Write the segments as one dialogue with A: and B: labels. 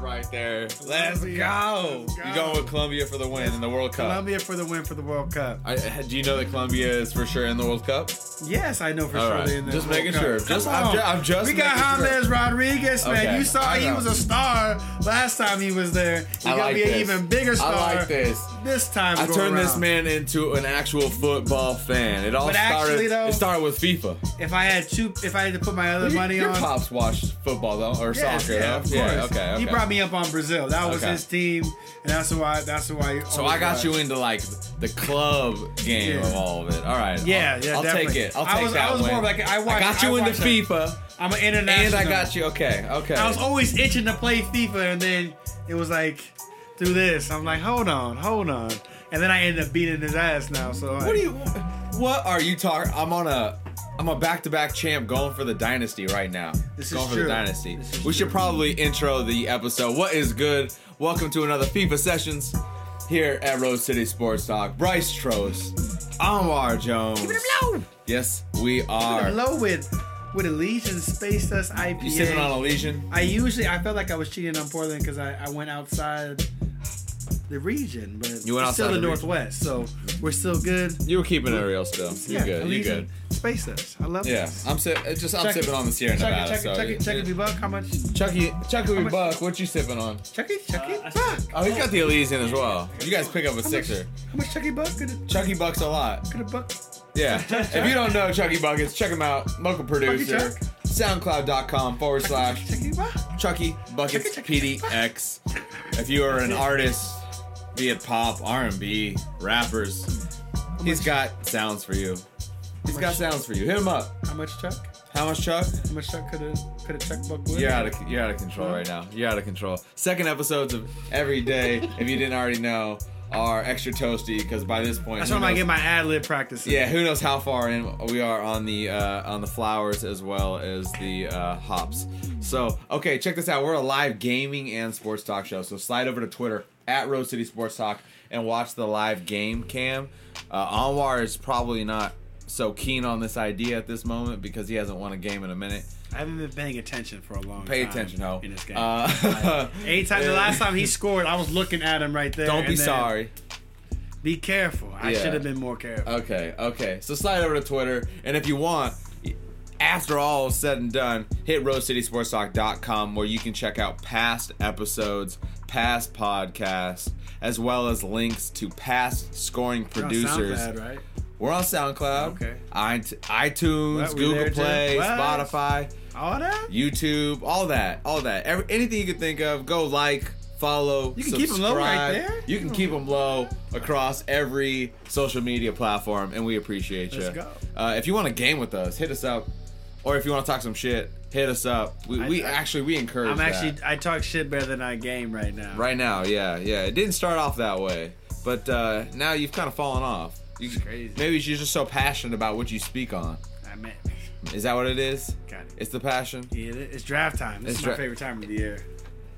A: right there. Let's
B: Colombia.
A: go.
B: Let's
A: You're
B: go.
A: going with Colombia for the win in the World Cup.
B: Colombia for the win for the World Cup.
A: I, do you know that Colombia is for sure in the World Cup?
B: Yes, I know for
A: All
B: sure.
A: right.
B: they're in the
A: Just
B: World
A: making
B: Cup.
A: sure.
B: Come
A: Just- I'm
B: on.
A: ju- I'm just
B: We got
A: making sure.
B: James Rodriguez, man.
A: Okay.
B: You saw
A: I
B: he
A: know.
B: was a star last time he was there. He's
A: I
B: gonna
A: like
B: be
A: this.
B: an even bigger star.
A: I like this.
B: This time,
A: I
B: go
A: turned this
B: around.
A: man into an actual football fan. It all
B: But
A: started.
B: actually, though-
A: it started with FIFA.
B: If I had two, if I had to put my other
A: Your-
B: money
A: your
B: on,
A: pops watched football though, or
B: Yes,
A: soccer.
B: yeah,
A: though.
B: of
A: yeah,
B: course.
A: okay, okay.
B: He brought me up on Brazil. That was
A: Okay.
B: his team, and that's why. That's why.
A: So I got you into like the club game
B: Yeah.
A: of all of it. All right.
B: Yeah,
A: I'll,
B: yeah,
A: I'll take
B: definitely.
A: it. I'll
B: I
A: take
B: was-
A: that
B: I was
A: win.
B: more of like- I watched-
A: got you
B: I
A: into
B: watched a-
A: FIFA,
B: I'm an international.
A: and I got you. Okay, okay.
B: I was always itching to play FIFA, and then it was like, do this. I'm like, hold on, hold on, and then I ended up beating his ass now. So like,
A: What are you? What are you talking? I'm on a. I'm a back-to-back champ going for the dynasty right now.
B: This is
A: going for
B: true.
A: the dynasty.
B: This is
A: We should probably intro the episode. What is good? Welcome to another FIFA sessions here at Rose City Sports Talk. Bryce Trost, Omar Jones.
B: Give it a blow.
A: Yes, we
B: Even
A: are.
B: low with with Elysian Space Dust IPA.
A: You sipping on a legion?
B: I usually I felt like I was cheating on Portland because I, I went outside the region, but
A: You went
B: it's still
A: outside
B: the,
A: the region.
B: northwest, so we're still good.
A: You were keeping it real still. You
B: Yeah,
A: good? You
B: Elysian
A: good?
B: Space Dust. I love
A: Yeah,
B: this.
A: I'm si- it's just I'm
B: Check it.
A: sipping on the Sierra
B: Chucky,
A: Nevada.
B: Chucky,
A: so
B: Chucky, Chucky, B. Buck, how much?
A: Chucky, Chucky,
B: much-
A: E Buck, what you sipping on?
B: Chucky, Chucky,
C: Uh, I
B: Buck.
C: think-
A: Oh, he's got the Elysian as well. You guys pick up a
B: How much,
A: sixer.
B: how much Chucky Buck could a,
A: Chucky Buck's a lot.
B: could a buck?
A: Yeah. if you don't know Chucky Buckets, check him out. Local producer.
B: Chuck.
A: SoundCloud.com forward slash
B: Chucky Buck.
A: Chucky Buckets
B: Chucky, Chucky,
A: PDX. If you are an artist, be it pop, R&B, rappers, he's got sounds for you. He's got sounds for you. Hit him up.
B: How much Chuck?
A: How much, Chuck?
B: How much Chuck could a could a Chuck Buck win?
A: You're out of you're out of control right now. You're out of control. Second episodes of every day, if you didn't already know, are extra toasty because by this point,
B: That's
A: who
B: why I'm gonna
A: knows-
B: get my ad lib practice. in.
A: Yeah, who knows how far in we are on the uh, on the flowers as well as the uh, hops. So okay, check this out. We're a live gaming and sports talk show. So slide over to Twitter at Road City Sports Talk and watch the live game cam. Uh, Anwar is probably not so keen on this idea at this moment because he hasn't won a game in a minute.
B: I haven't been paying attention for a long
A: Pay
B: time.
A: attention, ho.
B: In this game.
A: Uh,
B: Anytime the last time he scored, I was looking at him right there.
A: Don't be
B: and then-
A: sorry.
B: Be careful. I
A: Yeah. Uh,
B: should have been more careful.
A: Okay, okay. So slide over to Twitter, and if you want, after all is said and done, hit roadcitysportstalk.com where you can check out past episodes, past podcasts, as well as links to past scoring
B: You're on
A: producers.
B: SoundCloud, right?
A: We're on SoundCloud,
B: Okay.
A: iTunes,
B: Well, we
A: Google
B: there too.
A: Play,
B: What?
A: Spotify.
B: All that.
A: YouTube, all that, all that, Every, anything you can think of, go like, follow.
B: You can keep 'em low right
A: subscribe.
B: there.
A: You can keep them low across every social media platform, and we appreciate you.
B: Let's go.
A: Uh, if you want to game with us, hit us up, or if you want to talk some shit, hit us up. We,
B: I-
A: we
B: I-
A: actually we encourage.
B: I'm
A: that.
B: actually. I talk shit better than I game right now.
A: right now, yeah, yeah. It didn't start off that way, but uh, now you've kind of fallen off. You,
B: It's crazy.
A: Maybe you're just so passionate about what you speak on.
B: I mean,
A: Is that what it is?
B: got it.
A: It's the passion.
B: Yeah, it- it's draft time. This
A: It's
B: is my
A: dra-
B: favorite time of the year.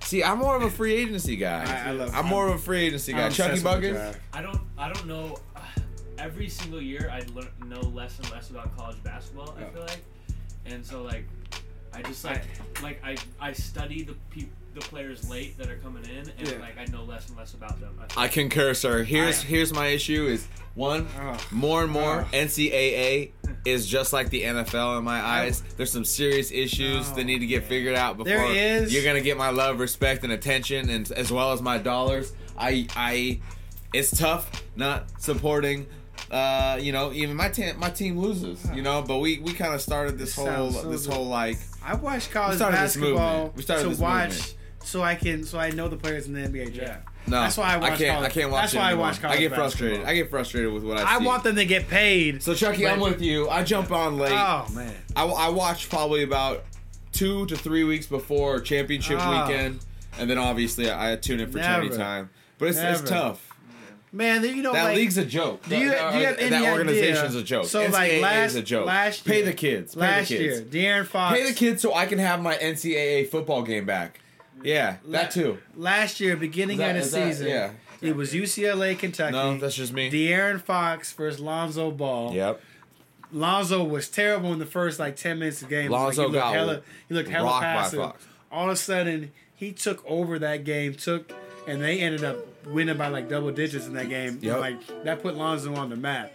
A: See, I'm more of a free agency guy.
B: I- I love-
A: I'm more of a free agency guy.
B: I'm
A: Chucky
B: obsessed with the
A: Buggins.
B: draft.
C: I don't. I don't know. Every single year, I learn know less and less about college basketball. I
B: Yeah.
C: feel like, and so like, I just like like I I study the peop the players late that are coming in, and
B: Yeah.
C: like I know less and less about them. I feel
A: I concur, sir. Here's
C: I-
A: here's my issue: is one
B: Ugh.
A: more and more
B: Ugh.
A: NCAA is just like the NFL in my eyes. There's some serious issues
B: No.
A: that need to get figured out before
B: Oh, There is-
A: you're gonna get my love, respect, and attention, and as well as my dollars. I I it's tough not supporting. Uh, you know, even my team, my team loses. You know, but we we kind of started this
B: Uh-huh. This
A: whole
B: sounds so
A: this
B: good.
A: whole like
B: I watch college
A: started this
B: basketball
A: movement. We started
B: to
A: this
B: watch,
A: movement.
B: so I can, so I know the players in the NBA draft.
A: No,
B: That's why I watch
A: can't.
B: college-
A: I can't watch.
B: that's
A: it
B: why I
A: anymore.
B: watch college
A: I get
B: basketball.
A: frustrated. I get frustrated with what I,
B: I
A: see.
B: want them to get paid.
A: so Chucky, I'm
B: But-
A: with you. I jump on late.
B: oh man,
A: I, I watch probably about two to three weeks before championship
B: Oh.
A: weekend, and then obviously I, I tune in for
B: Never.
A: charity time. But it's, it's
B: Never.
A: tough.
B: man, you know
A: That
B: like,
A: league's a joke.
B: Do you-
A: That-
B: do you have
A: that
B: any
A: organization's
B: idea?
A: a joke.
B: So,
A: NCAA
B: like, last-
A: is a joke.
B: last
A: pay
B: year-
A: the kids. Pay
B: last
A: the kids.
B: year, De'Aaron Fox.
A: pay the kids so I can have my NCAA football game back. Yeah, that too.
B: Last year,
A: Is
B: beginning
A: that-
B: of the
A: is that-
B: season,
A: yeah.
B: it was UCLA, Kentucky.
A: No, that's just me.
B: De'Aaron Fox versus Lonzo Ball.
A: Yep.
B: Lonzo was terrible in the first like ten minutes of the game. It was
A: Lonzo
B: like, you look
A: got
B: hella, you look hella
A: rocked by
B: passive.
A: Fox.
B: All of a sudden, he took over that game, took, and they ended up winning by like double digits in that game.
A: Yep.
B: Like that put Lonzo on the map.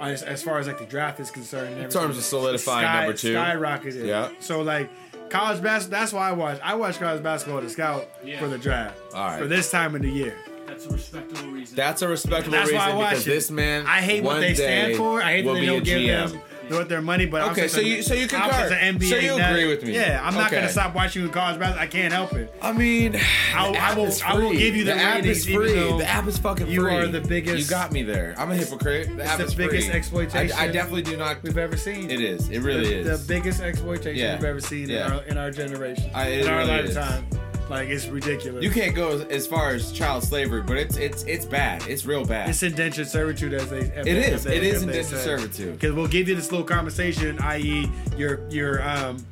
B: uh, As, as far as like the draft is concerned, in
A: terms of solidifying number two.
B: skyrocketed.
A: Yeah.
B: So like college basketball, that's why I watch. I watch college basketball to scout
C: Yeah.
B: for the draft
A: All right.
B: for this time of the year.
C: That's a respectable reason.
A: That's a respectable
B: That's why I
A: reason
B: watch
A: because
B: it.
A: this man.
B: I hate
A: one
B: what they stand
A: day,
B: for. I hate that
A: will
B: they
A: be
B: don't
A: a
B: give
A: GM.
B: them what their money. But
A: Okay,
B: I'm
A: so you- so you
B: can I'm
A: concur.
B: just an NBA
A: So you
B: nut.
A: agree with me.
B: Yeah, I'm not
A: Okay.
B: gonna stop watching college basketball. I can't help it.
A: I mean,
B: I-
A: the
B: I
A: app
B: will-
A: is
B: I will
A: free.
B: give you the
A: app
B: ratings,
A: is
B: even
A: free.
B: though
A: The app is fucking
B: you
A: free.
B: are the biggest-
A: You got me there. I'm a hypocrite. The app
B: the
A: is
B: biggest
A: free.
B: exploitation
A: I, I definitely do not.
B: We've ever seen.
A: It is. It really
B: the,
A: is.
B: the biggest exploitation
A: Yeah.
B: we've ever seen in,
A: Yeah.
B: our, in our generation,
A: I- it
B: in our
A: really is.
B: lifetime. Like it's ridiculous.
A: you can't go as, as far as child slavery, but it's it's it's bad. It's real bad.
B: It's indentured servitude, as they. As
A: It is. It is indentured servitude.
B: Because we'll give you this little compensation, i.e., your your um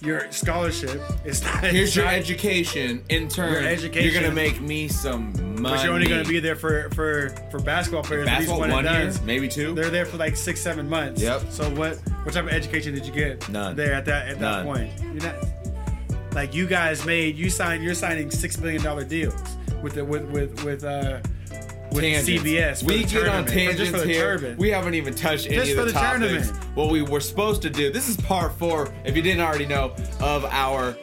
B: your scholarship. It's not.
A: Here's
B: it's
A: your
B: not-
A: education. In turn,
B: Your education.
A: you're gonna make me some money.
B: But you're only going to be there for for for basketball players. at least
A: basketball
B: one,
A: one
B: and
A: year,
B: dones.
A: maybe two.
B: They're there for like six, seven months.
A: Yep.
B: So what what type of education did you get?
A: None.
B: There at that at
A: None.
B: that point. You're not like you guys made you signed you're signing six million dollar deals with the with with with uh with
A: Tangents.
B: CBS. for
A: We
B: the
A: get on
B: tournament, for-
A: tangents
B: just for the
A: here.
B: tournament.
A: We haven't even touched any
B: Just
A: of
B: for
A: the,
B: the
A: topics.
B: tournament.
A: What we were supposed to do. This is part four, if you didn't already know, of our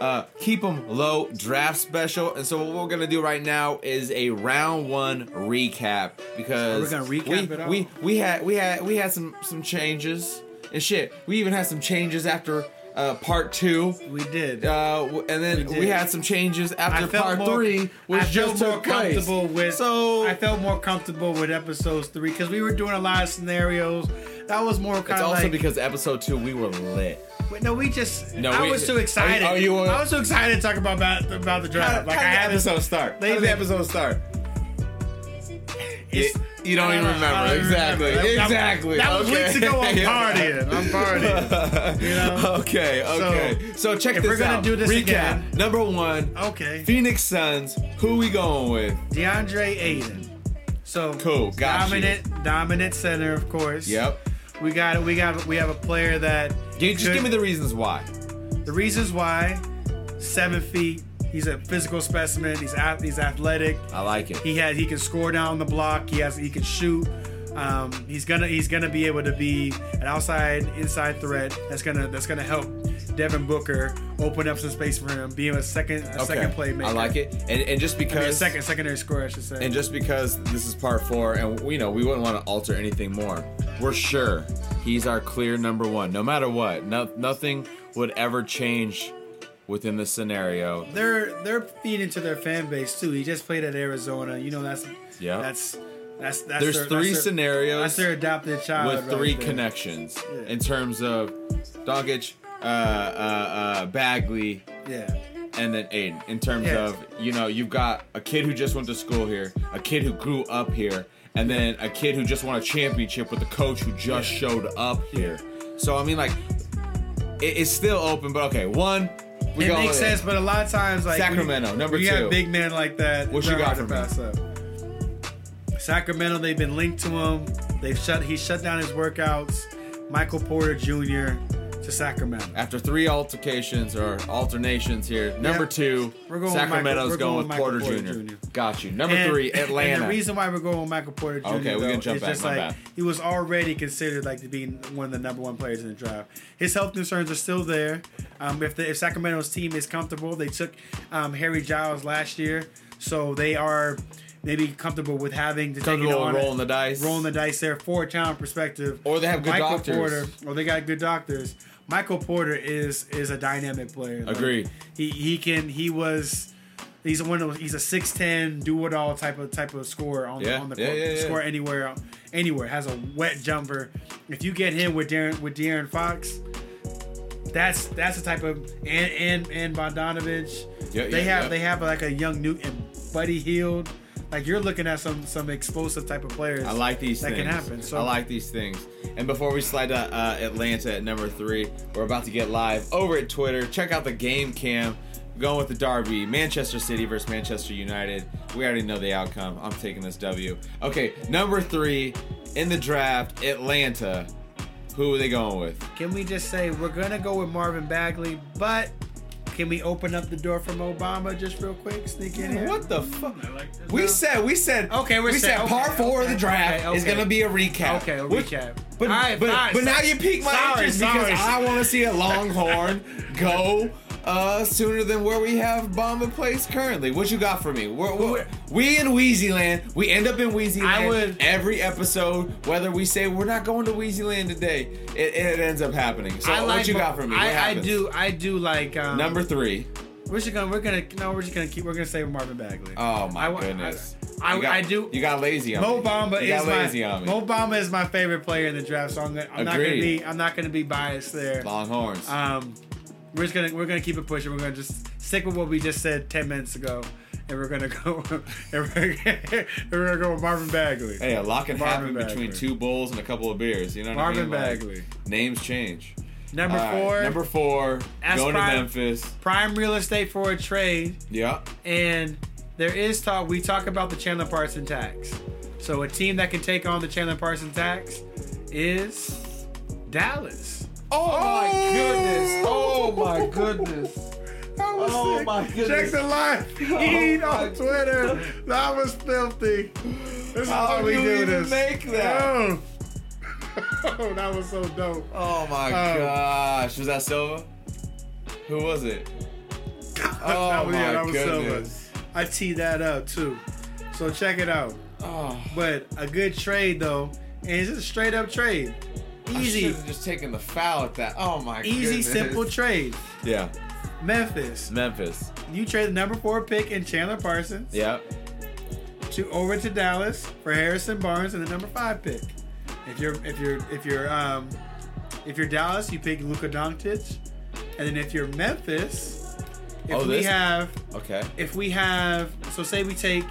A: uh, keep 'em low draft special. And so what we're gonna do right now is a round one recap because
B: We're gonna recap
A: we,
B: it all.
A: we we had we had we had some some changes and shit. We even had some changes after uh, part two.
B: we did.
A: Uh, w- and then
B: We
A: we,
B: did.
A: had some changes after
B: I felt
A: part
B: more-
A: three, which
B: I felt
A: just
B: more
A: took place.
B: comfortable with.
A: so
B: I felt more comfortable with episodes three because we were doing a lot of scenarios. That was more kind
A: It's
B: of
A: also
B: like,
A: because episode two we were lit.
B: Wait, no, we just.
A: No,
B: I
A: we-
B: was too excited.
A: Are you- are you-
B: I was too excited to talk about about, about the draft. like I
A: had
B: had
A: this episode start.
B: They-
A: How did the episode start? It- you don't even remember. Exactly. Exactly.
B: That, was
A: Okay.
B: weeks ago. I'm
A: Yeah.
B: partying. I'm partying. You know?
A: Okay, okay. So, check
B: if
A: this
B: we're gonna
A: out.
B: do this
A: Recap
B: again-
A: number one:
B: Okay.
A: Phoenix Suns. Who we going with?
B: DeAndre Aiden. So
A: Cool, got you.
B: dominant, dominant center, of course.
A: Yep.
B: We got we got we have a player that.
A: You, just
B: could-
A: give me the reasons why.
B: The reasons why, seven feet. He's a physical specimen. He's ath- he's athletic.
A: I like it.
B: He has he can score down the block. He has he can shoot. Um, he's gonna he's gonna be able to be an outside inside threat. That's gonna that's gonna help Devin Booker open up some space for him, being a second a second playmaker.
A: I like it. And and just
B: I
A: because
B: mean, a second secondary scorer, I should say.
A: and just because this is part four, and we you know we wouldn't want to alter anything more. We're sure he's our clear number one, no matter what. No, nothing would ever change within this scenario.
B: they're they're feeding to their fan base too. He just played at Arizona. You know that's
A: Yeah.
B: That's that's that's
A: There's
B: their-
A: three
B: that's their, That's
A: scenarios
B: their adopted child.
A: with
B: right
A: three
B: there.
A: connections
B: Yeah.
A: in terms of Dogic, uh, uh, uh, Bagley,
B: Yeah.
A: and then Aiden in terms
B: Yeah.
A: of you know you've got a kid who just went to school here, a kid who grew up here, and then a kid who just won a championship with a coach who just showed up here. So I mean like it, it's still open, but okay, one we
B: it
A: go
B: makes
A: with it.
B: sense, but a lot of times, like
A: Sacramento,
B: we,
A: number
B: we
A: two.
B: have big men like that.
A: What you
B: they're
A: got
B: hard
A: for
B: to pass up. Sacramento, they've been linked to him. They've shut. He shut down his workouts. Michael Porter Jr. to Sacramento.
A: After three altercations or alternations here, number two,
B: We're going with Michael-
A: Sacramento's
B: we're
A: going,
B: going
A: with
B: with
A: Porter,
B: Michael Porter
A: Jr.
B: Jr.
A: Got you. Number
B: And-
A: three, Atlanta.
B: And the reason why we're going with Michael Porter Jr.
A: Okay, we
B: though,
A: can jump
B: is
A: back,
B: just
A: my
B: like
A: bad.
B: he was already considered like to be one of the number one players in the draft. His health concerns are still there. Um, if the if Sacramento's team is comfortable, they took um, Harry Giles last year, so they are maybe comfortable with having to take it
A: Comfortable
B: on
A: rolling the dice.
B: rolling the dice there for a town perspective.
A: Or they have good
B: Michael
A: doctors.
B: Porter, or they got good doctors. Michael Porter is is a dynamic player. Like,
A: Agreed.
B: he he can he was he's one of those, he's a six ten do it all type of type of scorer on the
A: Yeah,
B: on the
A: yeah,
B: court.
A: yeah,
B: Can
A: yeah.
B: Score anywhere anywhere has a wet jumper. If you get him with Darren with De'Aaron Fox, that's that's the type of and and and Bondanovich.
A: Yeah,
B: they
A: yeah,
B: have
A: yeah.
B: they have like a young Newt and Buddy Healed. Like you're looking at some some explosive type of players.
A: I like these
B: that
A: things.
B: can happen. So
A: I like these things. And before we slide to uh, Atlanta at number three, we're about to get live over at Twitter. Check out the game cam. We're Going with the derby, Manchester City versus Manchester United. We already know the outcome. I'm taking this W. Okay, number three in the draft, Atlanta. Who are they going with?
B: Can we just say we're gonna go with Marvin Bagley, but Can we open up the door from Obama just real quick? Sneak in here.
A: What the fuck?
C: I like this.
A: We
C: No.
A: said we said
B: Okay, we're
A: we said
B: saying- okay,
A: part four of
B: okay,
A: the draft
B: okay,
A: is
B: okay.
A: gonna be a recap.
B: Okay, a
A: Which-
B: recap.
A: But
B: All right,
A: but,
B: fine,
A: but now
B: sorry.
A: you piqued my
B: Sorry,
A: interest
B: sorry.
A: because I want to see a Longhorn go uh, sooner than where we have Bomba Place currently. What you got for me? We're, we're, we in Wheezyland. We end up in Wheezyland
B: I would-
A: every episode, whether we say we're not going to Wheezyland today. It, it ends up happening. So
B: I like
A: what you got for me? What
B: I, I
A: happens?
B: do. I do like um,
A: Number three.
B: We're just gonna. We're gonna. No, we're just gonna keep. We're gonna stay with Marvin Bagley.
A: Oh my
B: I wa-
A: goodness.
B: I, I,
A: You got-
B: I do.
A: You got lazy on
B: Mo
A: me.
B: Bamba
A: you got
B: is
A: lazy
B: my
A: on me.
B: Mo Bamba is my favorite player in the draft, so I'm, gonna, I'm not gonna
A: Agreed.
B: be I'm not gonna be biased there.
A: Longhorns.
B: Um, we're just gonna we're gonna keep it pushing. We're gonna just stick with what we just said ten minutes ago, and we're gonna go and we're, and we're gonna go with Marvin Bagley.
A: Hey, a lot can
B: Marvin
A: happen between
B: Bagley.
A: two bowls and a couple of beers. You know what I mean?
B: Marvin
A: Like,
B: Bagley.
A: names change.
B: Number
A: All right,
B: four,
A: Number four.
B: Ask
A: Going to
B: Brian.
A: Memphis.
B: prime real estate for a trade,
A: Yeah.
B: and there is talk. We talk about the Chandler Parson tax. So a team that can take on the Chandler Parson tax is Dallas.
D: Oh my goodness. Oh my goodness.
B: That was
D: Oh
B: sick.
D: my goodness.
B: Check the live
A: Oh
B: feed
D: my
B: on Twitter. That was filthy. This is
A: How
B: how we
A: do you
B: do
A: even
B: this.
A: make that?
B: Oh. Oh, that was so dope.
A: Oh my
B: Um,
A: gosh. Was that Silva? Who was it? Oh
B: that was,
A: my
B: yeah, that was
A: goodness.
B: so much. I teed that up too. So check it out.
A: Oh,
B: But a good trade though, and it's just a straight up trade.
A: I
B: Easy,
A: should've just taken the foul at that. Oh my
B: easy,
A: goodness.
B: simple trade.
A: Yeah.
B: Memphis,
A: Memphis.
B: you trade the number four pick in Chandler Parsons.
A: Yeah.
B: to over to Dallas for Harrison Barnes and the number five pick. If you're if you're if you're um if you're Dallas, you pick Luka Doncic, and then if you're Memphis, if
A: Oh,
B: we
A: this-
B: have
A: Okay.
B: if we have so say we take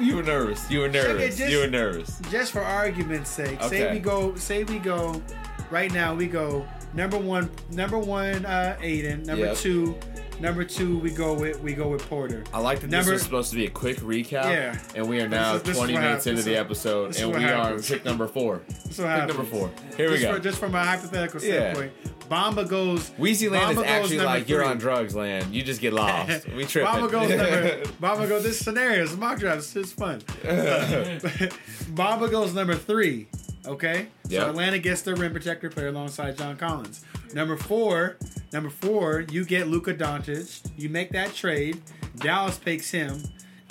A: you were nervous. You were
B: it,
A: nervous.
B: just-
A: You were nervous.
B: just for argument's sake,
A: Okay.
B: say we go say we go right now we go number one number one uh Aiden number
A: Yep.
B: two number two we go with we go with Porter.
A: I like that this
B: Number-
A: was supposed to be a quick recap,
B: Yeah.
A: and we are now
B: is- this is
A: 20
B: what
A: minutes
B: hap-
A: into
B: this
A: the
B: is-
A: episode,
B: this is
A: and
B: what
A: we
B: happens.
A: are pick number four. Pick
B: So pick
A: number four. Here we
B: just,
A: go.
B: for- just from a hypothetical
A: Yeah.
B: standpoint, Bamba goes.
A: Wheezyland
B: Bamba
A: is
B: goes
A: actually
B: number
A: like you're
B: three.
A: on drugs land. You just get lost. We tripping.
B: Bamba goes number. Bamba goes. This scenario is mock drafts. It's fun. Bamba goes number three. Okay.
A: Yeah.
B: So Atlanta gets their rim protector player alongside John Collins. Number four. Number four. You get Luka Doncic. You make that trade. Dallas picks him,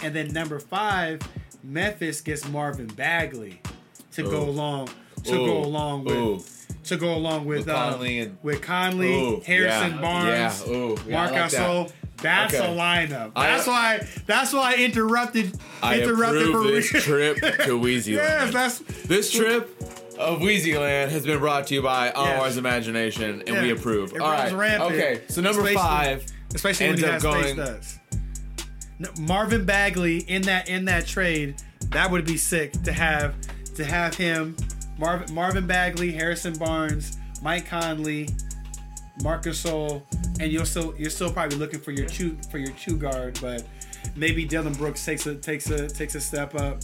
B: and then number five, Memphis gets Marvin Bagley to go
A: Ooh.
B: along. To
A: Ooh.
B: go along with.
A: Ooh.
B: To go along with,
A: With
B: uh,
A: Conley and-
B: with Conley,
A: Ooh,
B: Harrison
A: yeah,
B: Barnes,
A: yeah, ooh, yeah, I
B: Marc
A: like that.
B: Gasol. That's
A: Okay.
B: a lineup.
A: I-
B: That's why. That's why I interrupted.
A: I
B: interrupted
A: approve this
B: real.
A: trip to Wheezyland.
B: yes, that's
A: this trip of Wheezyland has been brought to you by Anwar's
B: Yes.
A: Imagination, and
B: Yeah.
A: we approve.
B: It
A: All right.
B: runs rampant.
A: Okay. So number
B: Especially-
A: five.
B: especially
A: Ends
B: when he
A: up
B: has
A: going-
B: going... does. No, Marvin Bagley in that in that trade, that would be sick to have to have him. Marvin Marvin Bagley, Harrison Barnes, Mike Conley, Marcus Sol, and you're still you're still probably looking for your two for your two guard, but maybe Dylan Brooks takes a takes a takes a step up.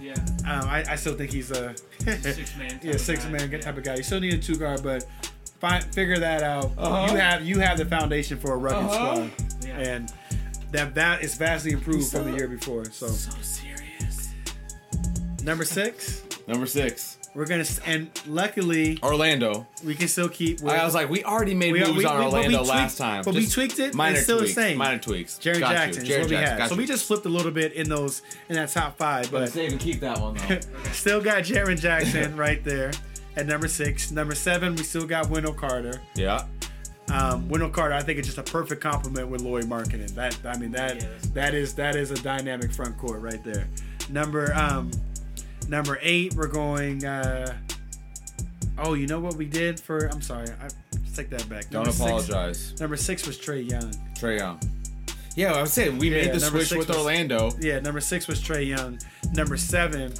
C: Yeah.
B: Um, I, I still think he's a
C: man type
B: yeah,
C: of
B: six
C: guy,
B: man
C: yeah.
B: type of guy. You still need a two guard, but find, figure that out.
A: Uh-huh.
B: You have you have the foundation for a rugged
A: Uh-huh.
B: squad,
C: Yeah.
B: and that that is vastly improved from the year before. So
C: So serious.
B: number six,
A: Number six.
B: we're gonna s- and luckily
A: Orlando.
B: we can still keep. With
A: I was like, we already made
B: We-
A: moves
B: we-
A: on
B: we- but we
A: Orlando
B: tweaked-
A: last time.
B: but we
A: Just
B: tweaked it, and
A: Minor
B: it's still the
A: tweaks.
B: same.
A: Minor tweaks.
B: Jaron
A: Got you.
B: Jackson. is
A: Jaren
B: what we
A: Jackson.
B: had.
A: Got
B: So
A: you.
B: we just flipped a little bit in those in that top five, but
A: save and keep that one though.
B: still got Jaron Jackson right there at number six. Number seven, we still got Wendell Carter.
A: yeah.
B: Um, Wendell Carter, I think it's just a perfect compliment with Lloyd Markkinen. That I mean that
C: Yeah, that's-
B: that is that is a dynamic front court right there. Number um, number eight, we're going. Uh, oh, you know what we did for? I'm sorry, I let's take that back.
A: Don't
B: Number six-
A: apologize.
B: number six was Trey Young.
A: Trey Young. Yeah, I was saying we
B: Yeah,
A: made the
B: number
A: switch
B: six
A: with
B: was-
A: Orlando.
B: Yeah, number six was Trey Young. Number seven,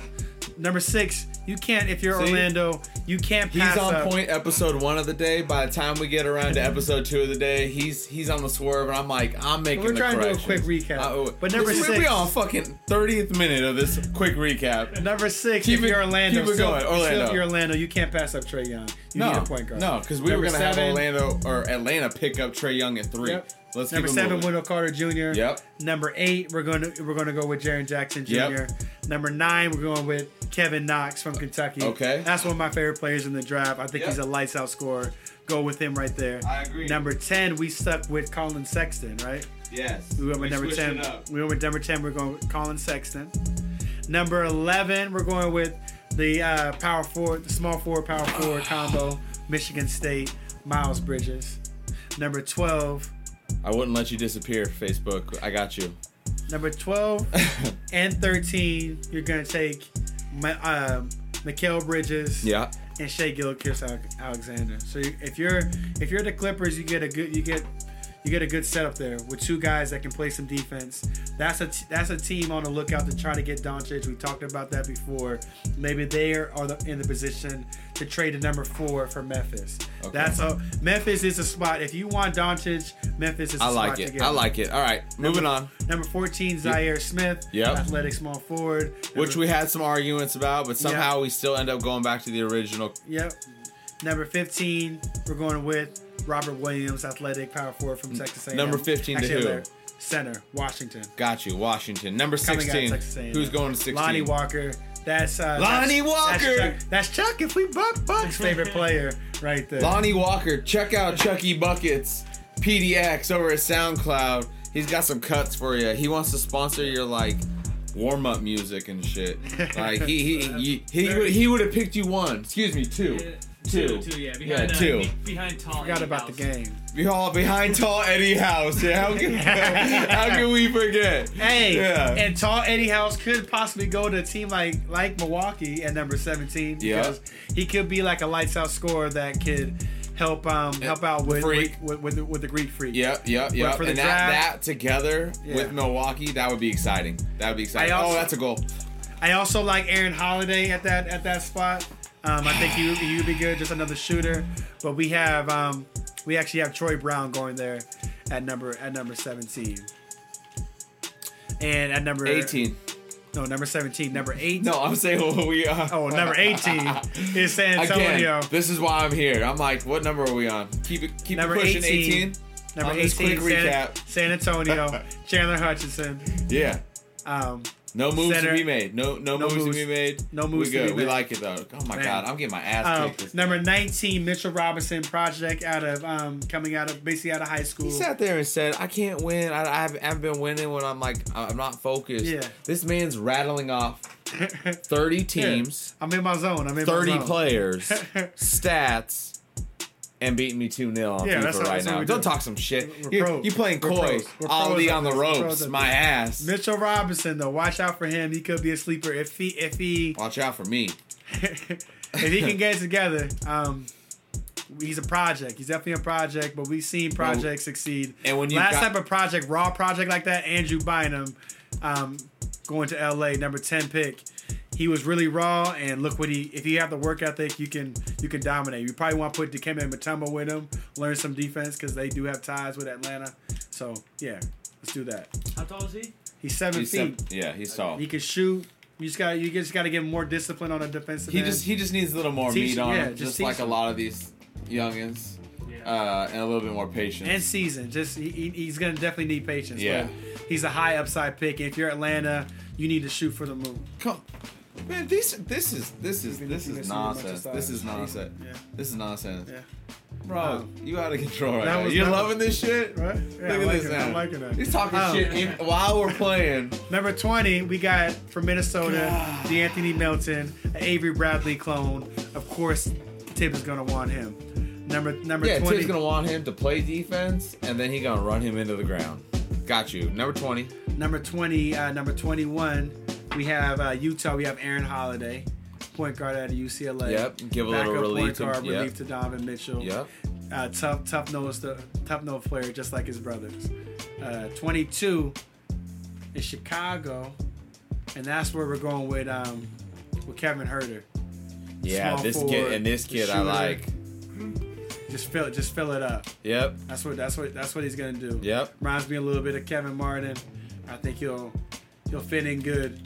B: number six, You can't if you're
A: See?
B: Orlando. You can't
A: He's
B: pass
A: on
B: up.
A: point episode one of the day. By the time we get around to episode two of the day, he's he's on the swerve, and I'm like, I'm making.
B: We're
A: the
B: trying to do a
A: corrections.
B: quick recap.
A: oh,
B: But number
A: we- we-
B: six-
A: we on fucking 30th minute of this quick recap.
B: Number six,
A: Keep
B: if
A: it-
B: you're Orlando,
A: keep it
B: still,
A: going,
B: still
A: Orlando.
B: if you're Orlando, you can't pass up Trey Young. You
A: No,
B: need a point guard.
A: no, because we
B: Number
A: were gonna have
B: seven-
A: Orlando or Atlanta pick up Trey Young at three.
B: Yep.
A: Let's
B: Number
A: keep it
B: seven,
A: moving.
B: Wendell Carter Jr.
A: Yep.
B: Number eight, we're gonna we're gonna go with Jaron Jackson Jr.
A: Yep.
B: Number nine, we're going with Kevin Knox from Kentucky.
A: Okay.
B: That's one of my favorite players in the draft. I think
A: Yep.
B: he's a lights out scorer. Go with him right there.
A: I agree.
B: Number ten, we stuck with Colin Sexton, right?
A: Yes.
B: We went with number ten. We went with number ten. We're going with Colin Sexton. Number eleven, we're going with the uh, power forward, the small forward, power forward combo, Michigan State, Miles Bridges. Number twelve,
A: I wouldn't let you disappear, Facebook. I got you.
B: number twelve and thirteen, you're gonna take my, um, Mikael Bridges
A: yeah.
B: and Shea Gilchrist Alexander. So you, if you're if you're the Clippers, you get a good you get you get a good setup there with two guys that can play some defense. That's a t- that's a team on the lookout to try to get Doncic. We talked about that before. Maybe they are the, in the position to trade the number four for Memphis.
A: Okay.
B: That's a Memphis is a spot. If you want Doncic, Memphis is a
A: I like
B: spot to
A: it.
B: get.
A: I like it. All right, moving on.
B: Number 14, Zaire Smith,
A: Yep.
B: athletic small forward.
A: Which we had some arguments about, but somehow we still end up going back to the original.
B: Yep. Number 15, we're going with Robert Williams, athletic power forward from Texas A&M.
A: Number 15 to who?
B: they're Center, Washington.
A: Got you, Washington. Number
B: Coming out of
A: 16.
B: Texas A&M.
A: Who's going to 16?
B: Lonnie Walker. That's uh,
A: Lonnie
B: that's,
A: Walker!
B: That's Chuck, that's Chuck If we buck Buck's favorite player right there.
A: Lonnie Walker. Check out Chucky Buckets PDX over at SoundCloud. He's got some cuts for you. He wants to sponsor your like warm up music and shit. Like he he he, he, would he would have picked you one. Excuse me, two. Two.
C: Two, two, yeah, behind,
A: Yeah,
C: uh,
A: two.
C: be- behind tall.
B: Forgot
C: Eddie
B: about the
C: House.
B: game.
A: Be all behind tall Eddie House. Yeah, how can, how can we forget?
B: Hey,
A: Yeah.
B: and tall Eddie House could possibly go to a team like like Milwaukee at number 17
A: Yeah.
B: because he could be like a lights out scorer that could help um help out with
A: Freak.
B: with, with, with, the Greek freak.
A: Yep, yep, yep.
B: for the
A: and that,
B: draft-
A: that together
B: Yeah.
A: with Milwaukee, that would be exciting. That would be exciting.
B: I also-
A: oh, that's a goal.
B: I also like Aaron Holiday at that at that spot. Um, I think he he would be good, just another shooter. But we have um, we actually have Troy Brown going there at number at number seventeen. And at number
A: 18.
B: no number seventeen, number eight.
A: No, I'm saying what we uh, are.
B: Oh, number eighteen is San
A: Again,
B: Antonio.
A: this is why I'm here. I'm like, what number are we on? Keep it, keep
B: Number
A: it pushing.
B: 18.
A: 18.
B: number
A: on this
B: eighteen,
A: quick
B: San,
A: recap.
B: San Antonio, Chandler Hutchinson.
A: Yeah.
B: Um,
A: No moves
B: Center.
A: to be made. No, no,
B: No
A: moves,
B: moves.
A: to be made.
B: No moves
A: We
B: to
A: good.
B: be
A: We
B: made.
A: like it though. Oh my
B: Man.
A: god, I'm getting my ass
B: um,
A: kicked. this
B: number
A: game.
B: nineteen, Mitchell Robinson, project out of um, coming out of basically out of high school.
A: He sat there and said, "I can't win. I, I haven't- haven't been winning when I'm like I'm not focused."
B: Yeah.
A: This man's rattling off 30 teams.
B: I'm in my zone. I'm in
A: 30
B: my zone.
A: players, stats, and beating me 2 0 on
B: Yeah,
A: FIFA
B: that's what-
A: right
B: that's what
A: now.
B: we
A: Don't
B: do.
A: talk some shit.
B: We're
A: You,
B: pros.
A: you playing
B: We're
A: coy,
B: pros. We're
A: Ali
B: pros
A: on the
B: at this. We're pros
A: ropes,
B: at
A: my
B: this.
A: ass.
B: Mitchell Robinson, though, watch out for him. He could be a sleeper if he if he
A: Watch out for me.
B: if he can get it together. Um, he's a project. He's definitely a project, but we've seen projects succeed.
A: and when you
B: last
A: got-
B: type of project, raw project like that, Andrew Bynum, um, going to L.A. number ten pick. He was really raw, and look what he. If you have the work ethic, you can you can dominate. You probably want to put Dikembe and Mutombo with him, learn some defense because they do have ties with Atlanta. So yeah, let's do that.
C: How tall is he?
B: He's seven
A: He's
B: feet.
A: sem- yeah, he's tall.
B: He can shoot. You just got you just got to give him more discipline on the defensive
A: He
B: end.
A: just he just needs a little more
B: Teach-
A: meat on
B: yeah,
A: him,
B: just
A: just
B: teach
A: like a
B: him.
A: lot of these youngins,
C: Yeah.
A: uh, and a little bit more patience.
B: and season. Just he, he- he's gonna definitely need patience.
A: Yeah.
B: but he's a high upside pick. If you're Atlanta, you need to shoot for the moon.
A: Come, man, this this is this is
B: Even if
A: this
B: you
A: is
B: miss him a bunch of
A: nonsense.
B: size.
A: This is nonsense.
B: Yeah.
A: This is nonsense,
B: Yeah.
A: bro.
B: Um,
A: you out of control right
B: that
A: now.
B: was-
A: You're
B: that was-
A: loving this shit.
B: Right? Yeah,
A: Look
B: I'm
A: at
B: liking
A: this
B: it.
A: now.
B: I'm liking it.
A: He's talking
B: Um,
A: shit in- while we're playing.
B: Number 20, we got from Minnesota, DeAnthony Melton, an Avery Bradley clone. Of course, Tibbs is gonna want him. Number number
A: Yeah,
B: 20.
A: Tibbs gonna want him to play defense, and then he gonna run him into the ground. Got you. Number twenty.
B: Number 20, uh, number 21, we have uh, Utah. We have Aaron Holiday, point guard out of UCLA.
A: Yep, give a
B: Backup
A: little relief
B: point
A: to-
B: guard,
A: yep.
B: relief to Donovan Mitchell.
A: Yep.
B: Uh, tough, tough nose, to, tough nose player, just like his brothers. Uh, 22 is Chicago, and that's where we're going with um, with Kevin Herter.
A: Yeah,
B: Small
A: this
B: forward,
A: kid and this kid I
B: shooter.
A: like.
B: Just fill it. Just fill it up.
A: Yep.
B: That's what. That's what. That's what he's gonna do.
A: Yep.
B: Reminds me a little bit of Kevin Martin. I think he'll he'll fit in good.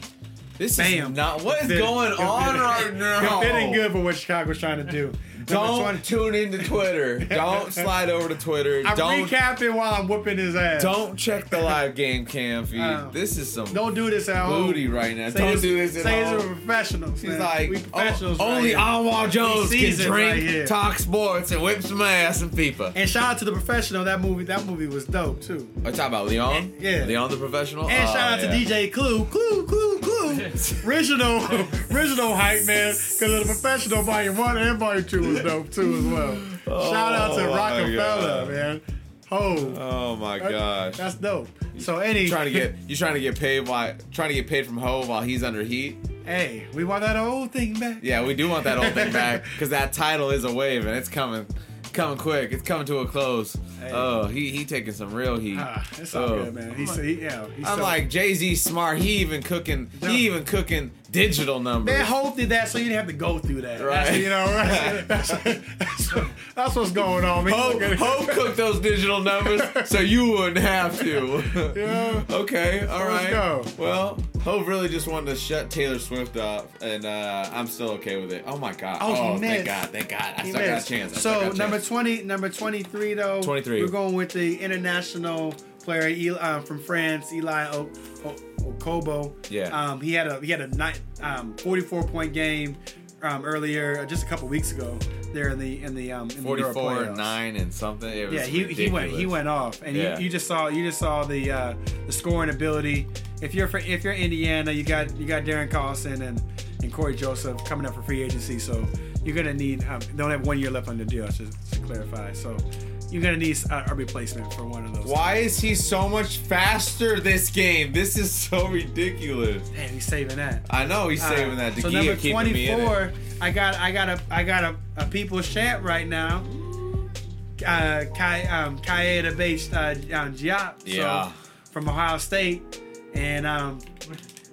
A: This
B: Bam.
A: is not what is
B: Fit-
A: going
B: he'll fit
A: on
B: in-
A: right now.
B: He'll fit in good for what Chicago's trying to do. Number
A: Don't
B: 20
A: tune into Twitter. Don't slide over to Twitter.
B: I'm
A: don't
B: recapping while I'm whooping his ass.
A: don't check the live game cam feed.
B: Oh.
A: this is some
B: Don't do this at home.
A: booty right now. don't do this at
B: say
A: home.
B: Say we're professionals.
A: He's
B: man.
A: like,
B: we professionals.
A: "Oh,
B: right
A: only
B: here."
A: Oswald Jones
B: He
A: can
B: sees it right
A: drink,
B: here.
A: talk sports, and whip some ass and FIFA.
B: And shout out to the professional. That movie. That movie was dope too.
A: I talk about Leon.
B: Yeah.
A: Leon the professional.
B: And
A: Oh,
B: shout out
A: yeah.
B: to DJ Clue, Clue, Clue, Clue. Original, original hype man, because of the professional volume one and volume two was dope too as well. shout out to
A: Oh, my
B: Rockefeller,
A: God.
B: man. Ho,
A: Oh my gosh.
B: that's dope. So any
A: You trying to get you trying to get paid while trying to get paid from Ho while he's under heat.
B: hey, we want that old thing back.
A: Yeah, we do want that old thing back because that title is a wave and it's coming, coming quick. It's coming to a close.
B: Hey.
A: Oh, he he taking some real heat.
B: Ah, it's all
A: Oh.
B: good, man. He's he, yeah. He's
A: I'm
B: so-
A: like Jay Z smart. He even cooking. He even cooking digital numbers.
B: Man, Hope did that so you didn't have to go through that.
A: Right.
B: That's, you know, right? that's, that's, that's what's going on. man.
A: Hope, Hope cooked those digital numbers so you wouldn't have to.
B: Yeah.
A: Okay, all
B: Let's
A: right.
B: go.
A: Well, Hope really just wanted to shut Taylor Swift up, and uh, I'm still okay with it. Oh my god.
B: Oh, he missed.
A: thank God, thank God. I
B: He
A: still got
B: missed.
A: a chance. I still
B: So
A: got a
B: number
A: chance.
B: twenty, number twenty-three though.
A: 23.
B: We're going with the international player Eli, um, from France, Eli o- o- Okobo.
A: Yeah.
B: Um, he had a he had a ni- um, forty-four point game um, earlier, uh, just a couple weeks ago. There in the in the um, in the Euro
A: 44,
B: playoffs.
A: nine, and something. It was
B: Yeah, he, he went he
A: ridiculous.
B: went off, and
A: Yeah.
B: you, you just saw you just saw the uh, the scoring ability. If you're fr- if you're Indiana, you got you got Darren Carlson and and Corey Joseph coming up for free agency, so you're gonna need um, they don't have one year left on the deal. Just to clarify, so you're gonna need uh, a, a replacement for one of those.
A: Why is he so much faster this game? This is so ridiculous.
B: Man, he's saving that.
A: I know he's saving
B: Uh,
A: that.
B: so
A: DeGea
B: number
A: keeping me in it.
B: 24, I got I got a I got a, a people's champ right now. Uh, Kai um Kaeda based uh, um, Giap, so,
A: Yeah.
B: from Ohio State, and um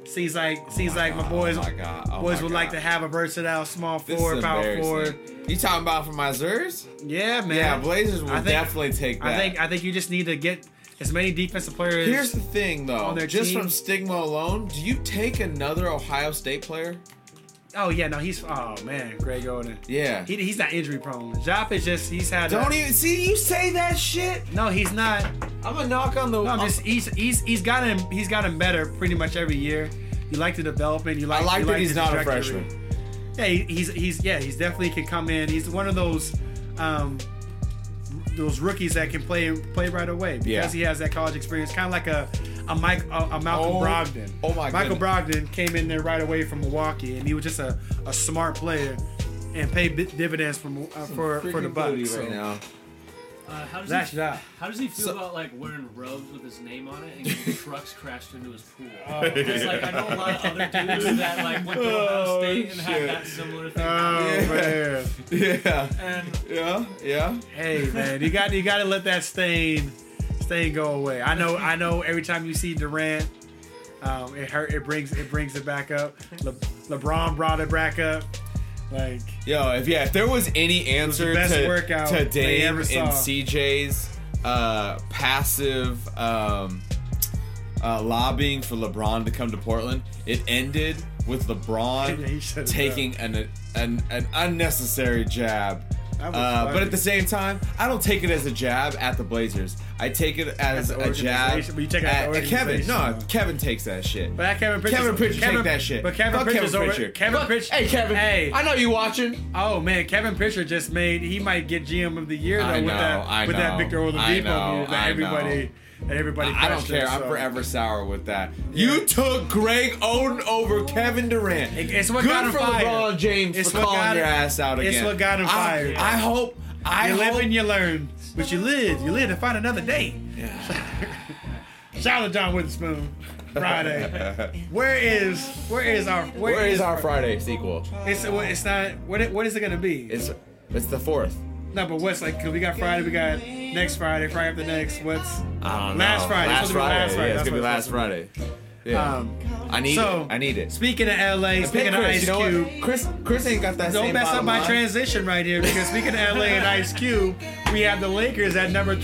B: seems like seems like my
A: God,
B: boys
A: oh my God, oh
B: boys
A: my
B: would like
A: God.
B: to have a versatile small
A: This
B: forward,
A: is
B: power
A: embarrassing.
B: forward.
A: You talking about for my Zers?
B: Yeah, man.
A: Yeah, Blazers will
B: I think-
A: definitely take that.
B: I think I think you just need to get as many defensive players.
A: Here's the thing, though.
B: on their
A: Just
B: team.
A: from stigma alone, do you take another Ohio State player?
B: oh yeah, no, he's oh man, Greg Oden.
A: Yeah.
B: He, he's not injury prone. Jop is just he's had a-
A: Don't even see you say that shit.
B: No, he's not.
A: I'm gonna knock on the.
B: No, I'm just he's he's he's gotten he's gotten better pretty much every year. You like the development. You like.
A: I like
B: you
A: that he's
B: the
A: not a
B: trajectory.
A: freshman.
B: Yeah, he, he's he's yeah he's definitely can come in. He's one of those um those rookies that can play play right away because
A: Yeah.
B: he has that college experience, kind of like a a Mike a, a Malcolm
A: Oh,
B: Brogdon.
A: oh my
B: Michael
A: goodness.
B: Brogdon came in there right away from Milwaukee, and he was just a, a smart player and paid bi- dividends from uh, for for the
A: Freaking booty
B: Bucks.
A: right
B: so.
A: now.
C: Uh, how, does
B: That's
C: he,
B: that.
C: how does he feel
A: So-
C: about like wearing robes with his name on it and getting trucks crashed into his pool?
B: Oh,
C: It's like I know a lot of other dudes that like went to Ohio
A: Oh,
C: State and had
A: shit.
C: that similar thing.
B: Oh
A: Yeah.
B: man.
A: Yeah,
C: And
A: yeah, yeah.
B: Hey man, you got you got to let that stain stain go away. I know I know. Every time you see Durant, um, it hurt. It brings it brings it back up. Le- LeBron brought it back up. Like
A: Yo, if yeah, if there was any
B: the
A: answer
B: best
A: to,
B: workout
A: to
B: they
A: Dame
B: ever
A: and
B: saw.
A: CJ's uh, passive um, uh, lobbying for LeBron to come to Portland, it ended with
B: Yeah, he
A: LeBron
B: should've
A: taking an, an an unnecessary jab.
B: That was
A: Uh, but
B: funny.
A: at the same time, I don't take it as a jab at the Blazers. I take it as
B: the
A: a jab
B: organization, but you take it at
A: at,
B: the
A: at Kevin. No,
B: organization.
A: Kevin takes that shit.
B: but that Kevin Pritchard.
A: Kevin Pritchard, take that shit.
B: But Kevin
A: Fuck
B: Pritchard's
A: Kevin
B: over.
A: Pritchard.
B: Kevin
A: Fuck-
B: Pritchard.
A: Hey, Kevin.
B: Hey.
A: I know you watching.
B: Oh man, Kevin Pritchard just made. He might get GM of the year though
A: I
B: with
A: know,
B: that
A: I
B: with that
A: know,
B: Victor
A: I
B: Oladipo
A: know,
B: move that
A: I
B: everybody that everybody.
A: I don't
B: questioned,
A: care. I'm
B: so.
A: forever sour with that. You took Greg Oden over Kevin Durant.
B: It- it's what
A: Good
B: got him
A: for
B: fired.
A: LeBron James
B: It's
A: for
B: what
A: calling
B: got
A: your
B: him-
A: ass out
B: it's
A: again.
B: what got him
A: I-
B: fired.
A: I hope. I
B: You live
A: hope.
B: and you learn, but you live. You live to find another day. Shout out to John Witherspoon. Friday. Where is where is our where,
A: Where is our Friday sequel?
B: It's well, it's not what it, what is it gonna be?
A: It's it's the fourth.
B: no, but what's like? 'cause we got Friday, we got next Friday, Friday after next. What's
A: I don't
B: Last
A: know.
B: Friday. It's
A: Last Friday.
B: supposed to be last Friday.
A: Yeah,
B: That's
A: it's gonna
B: what
A: be
B: it's
A: last
B: supposed
A: Friday. Yeah.
B: Um,
A: I need
B: so-
A: it. I need it.
B: speaking of LA,
A: Pick
B: speaking of
A: Chris,
B: Ice
A: you know
B: Cube,
A: what? Chris, Chris ain't got that
B: don't
A: same
B: mess up
A: bottom
B: my
A: line.
B: transition right here because speaking of LA and Ice Cube, we have the Lakers at number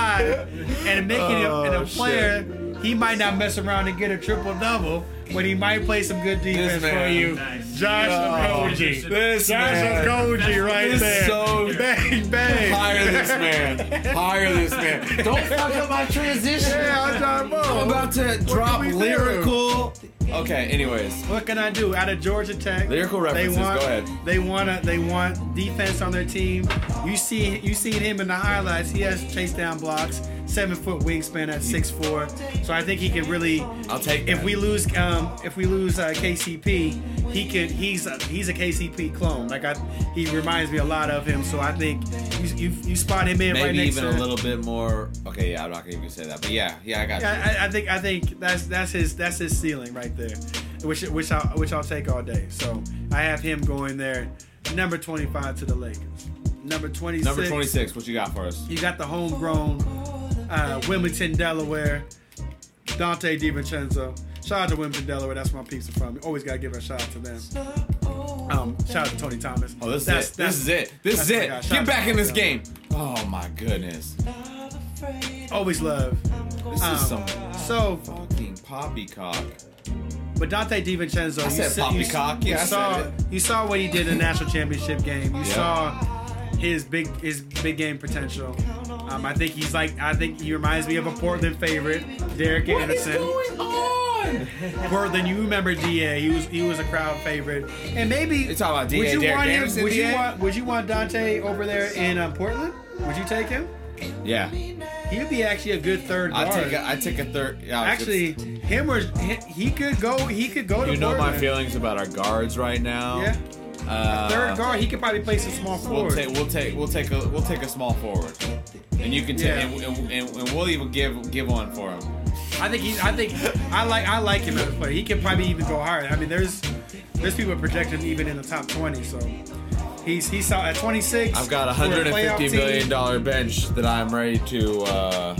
B: 25 and making
A: Oh,
B: him and a
A: shit.
B: player. He might not mess around and get a triple double, but he might play some good defense for
A: man.
B: you.
C: Nice.
B: Josh
A: Oh,
B: Okoji.
A: This
B: Josh
A: man.
B: Okoji right
A: This
B: there.
A: is so
B: bang bang.
A: Hire this man. Hire this man. Don't fuck up my transition.
B: Yeah, I'm John Bo.
A: I'm about to drop
B: we do?
A: lyrical. Okay, anyways.
B: What can I do? Out of Georgia Tech,
A: Lyrical references,
B: They want,
A: go ahead.
B: They want a, they want defense on their team. You see, you seen him in the highlights. He has chase down blocks, seven foot wingspan at six four. So I think he can really.
A: I'll take
B: If
A: that.
B: we lose, um, if we lose uh, KCP, he could. He's a, he's a KCP clone. Like I, he reminds me a lot of him. So I think you you, you spot him in right
A: Maybe
B: next
A: even a
B: to
A: little bit more. Okay, yeah, I'm not gonna even say that, but yeah, yeah, I got you.
B: I, I- I think I think that's that's his that's his ceiling right there, which which I which I'll take all day. So I have him going there, number twenty five to the Lakers, number twenty six.
A: Number 26, what you got for us?
B: You got the homegrown uh, Wilmington, Delaware, Dante DiVincenzo. Shout out to Wilmington, Delaware. That's my pizza from. Always gotta give a shout out to them. Um, shout out to Tony Thomas.
A: Oh, this is
B: That's-
A: it.
B: that's-
A: This is it. This is
B: that's what I
A: it.
B: got. Shout
A: Get
B: out
A: back
B: to
A: in this
B: Tony
A: game. Oh my goodness,
B: Thomas. Always love.
A: this
B: Um,
A: is some
B: So,
A: fucking poppycock.
B: But Dante DiVincenzo,
A: I
B: you,
A: said
B: sa- you,
A: poppycock.
B: you
A: Yeah, I said
B: saw
A: it.
B: you saw what he did in the national championship game. You
A: Yeah.
B: saw his big his big game potential. Um, I think he's like I think he reminds me of a Portland favorite, Derek Anderson.
A: on?
B: Portland, you remember Da? He was he was a crowd favorite, and maybe
A: You talking about DA,
B: Would you
A: Derek
B: want him-
A: Anderson,
B: Would you
A: DA?
B: want Would you want Dante over there in um, Portland? Would you take him?
A: Yeah,
B: He'd be actually a good third
A: I
B: guard.
A: take a, I take a third. yeah, I was
B: actually,
A: just-
B: him or he, he could go. He could go to
A: you know my
B: Portland.
A: feelings about our guards right now.
B: Yeah.
A: Uh,
B: Third guard, he could probably play some small
A: We'll
B: forward.
A: take we'll take we'll take a we'll take a small forward, and you can take
B: Yeah.
A: and, and, and, and we'll even give give one for him.
B: I think he, I think I like I like him as a player. He could probably even go higher. I mean, there's there's people projecting him even in the top 20. So he's he's out at 26.
A: I've got a
B: for a
A: hundred and
B: playoff
A: fifty
B: team.
A: million dollar bench that I'm ready to uh,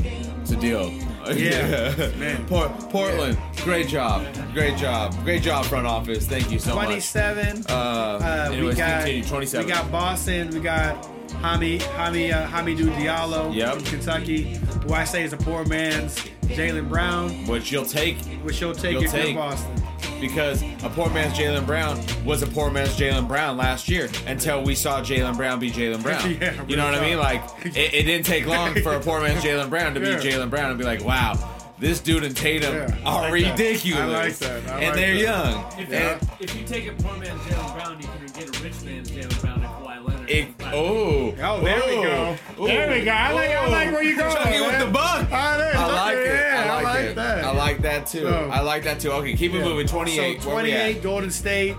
A: to deal.
B: Yeah. Man.
A: Port- Portland, great job, great job, great job, front office. Thank you so much.
B: 27.
A: Uh,
B: Uh,
A: anyways,
B: we got
A: continue. Twenty-seven.
B: We got Boston. We got Hami Hami uh, Hamidou Diallo
A: Yep.
B: from Kentucky, who I say is a poor man's Jalen Brown,
A: which you'll take
B: which you'll take
A: You'll
B: if you're
A: take.
B: Boston.
A: because a poor man's Jalen Brown was a poor man's Jalen Brown last year until we saw Jalen Brown be Jalen Brown.
B: Yeah,
A: you know what I
B: really
A: mean?
B: saw.
A: Like it, it didn't take long for a poor man's Jalen Brown to
B: Yeah.
A: be Jalen Brown and be like, wow, this dude and Tatum
B: Yeah, I
A: are
B: like that.
A: ridiculous,
B: I like that. I like
A: and they're
B: that.
A: young.
C: If,
B: Uh,
A: And-
C: you, if you take a poor man's Jalen Brown, you can get a rich man's Jalen Brown and Kawhi Leonard.
A: It, oh,
B: Oh, there we go. There we go. I like- I like where you're going,
A: Chucky with
B: man.
A: the buck.
B: I like-
A: like it.
B: yeah,
A: I like, it.
B: that.
A: I like that too.
B: So-
A: I like that too. Okay, keep it moving. Twenty-eight.
B: So
A: Where we at?
B: 28, Golden State.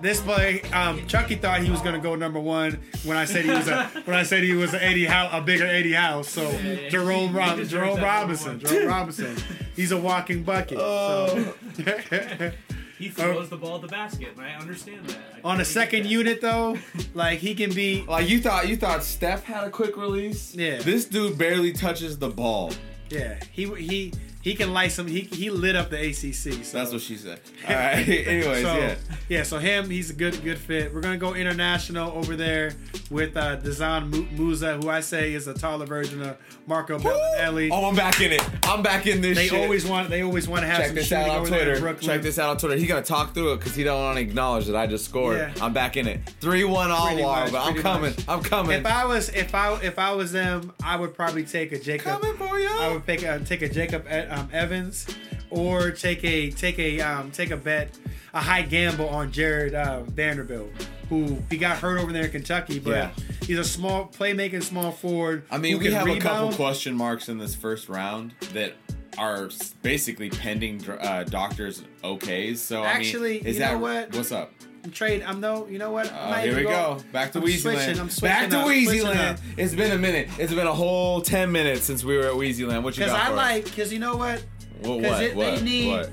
B: This play, um, Chucky thought he was gonna go number one when I said he was a when I said he was an eighty house, a bigger eighty house. So
C: yeah.
B: Jerome
C: He
B: Rob-
C: deserves
B: Jerome
C: that number
B: Robinson,
C: one. Oh,
B: Jerome Robinson, he's a walking bucket. So.
C: He throws the ball at the basket, and I understand that. I
B: oh. On
C: totally
B: a second
C: get
B: unit though, like he can be.
A: Like you thought, you thought Steph had a quick release.
B: Yeah.
A: This dude barely touches the ball.
B: Yeah, he he he can light some. He he lit up the ACC. So
A: That's what she said. All right. Anyways,
B: so,
A: yeah.
B: So him, he's a good good fit. We're gonna go international over there with uh, Desan Mu- Musa, who I say is a taller version of Marco Bellinelli.
A: Oh, I'm back in it. I'm back in this.
B: they
A: shit.
B: always want they always want to have
A: check
B: some
A: this
B: shooting
A: out on
B: over there in
A: Twitter.
B: Brooklyn.
A: Check this out on Twitter. He gonna talk through it because he don't want to acknowledge that I just scored.
B: Yeah.
A: I'm back in it. Three one all
B: Pretty
A: wire,
B: much,
A: but I'm
B: pretty
A: coming.
B: much.
A: I'm coming.
B: If I was if I if I was them, I would probably take a Jacob.
A: coming for you.
B: I would pick uh, take a Jacob uh, um, Evans, or take a take a um, take a bet, a high gamble on Jared uh, Vanderbilt, who he got hurt over there in Kentucky, but
A: Yeah.
B: he's a small playmaking small forward.
A: I mean,
B: who
A: we
B: can
A: have a couple
B: rebound.
A: question marks in this first round that are s- basically pending dr- uh, doctors' okays. So I mean,
B: Actually,
A: is
B: you
A: that
B: know what?
A: what's up?
B: Trade. I'm no. You know what? I'm
A: Uh,
B: not
A: here we
B: even
A: go.
B: going-
A: Back to
B: I'm switching, I'm
A: Weezyland.
B: switching
A: Back to
B: up, switching
A: Weezyland.
B: up.
A: It's been a minute. It's been a whole ten minutes since we were at Weezyland. What you
B: Because
A: got?
B: I
A: for us?
B: like. Because you know what?
A: What?
B: 'cause
A: What?
B: it- they
A: what?
B: need-
A: what?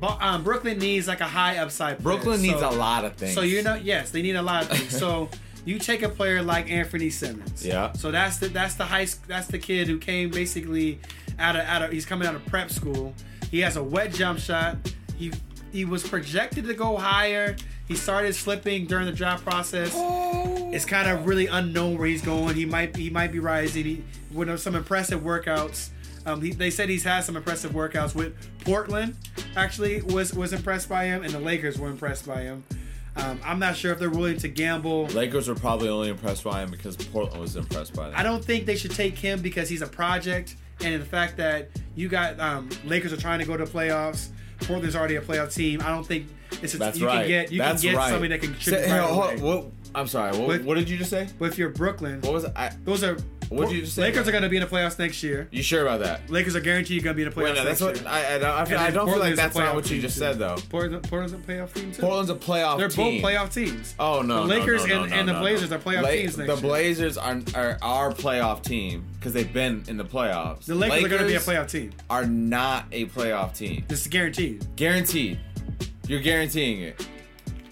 B: Bo- um, Brooklyn needs like a high upside. player.
A: Brooklyn needs
B: So-
A: a lot of things.
B: So you know, yes, they need a lot of things. so you take a player like Anthony Simmons.
A: Yeah.
B: So that's the that's the high sc- that's the kid who came basically out of out of he's coming out of prep school. He has a wet jump shot. He he was projected to go higher. He started slipping during the draft process.
A: Oh,
B: It's kind of really unknown where he's going. He might he might be rising. He with some impressive workouts. Um, he, they said he's had some impressive workouts with Portland. Actually, was was impressed by him, and the Lakers were impressed by him. Um, I'm not sure if they're willing to gamble.
A: Lakers were probably only impressed by him because Portland was impressed by him.
B: I don't think they should take him because he's a project, and the fact that you got um, Lakers are trying to go to playoffs. Portland's already a playoff team. I don't think it's a,
A: That's
B: you
A: right.
B: can get you
A: That's
B: can get
A: right.
B: somebody that can contribute.
A: Say-
B: right
A: hold on,
B: away.
A: what, I'm sorry. What,
B: But-
A: what did you just say?
B: But if you're Brooklyn,
A: What was I?
B: those are
A: What'd you just say?
B: Lakers are going to be in the playoffs next year.
A: You sure about that?
B: Lakers are guaranteed going to be in the
A: Wait,
B: playoffs
A: no,
B: next
A: that's what
B: year.
A: I, I, don't- I, feel-
B: And
A: I
B: then
A: don't feel
B: Portland
A: like
B: is a
A: that's not
B: playoff
A: what you
B: team,
A: just
B: too.
A: said though.
B: Portland, Portland's a playoff team too.
A: Portland's a playoff
B: They're
A: team.
B: both playoff teams.
A: Oh no!
B: The
A: no,
B: Lakers
A: no, no,
B: and,
A: no,
B: and the
A: no,
B: Blazers
A: no.
B: are playoff
A: La-
B: teams next
A: The
B: year.
A: Blazers are, are our playoff team because they've been in the playoffs.
B: the Lakers, are going to be a playoff team.
A: Are not a playoff team.
B: This is guaranteed.
A: Guaranteed. You're guaranteeing it.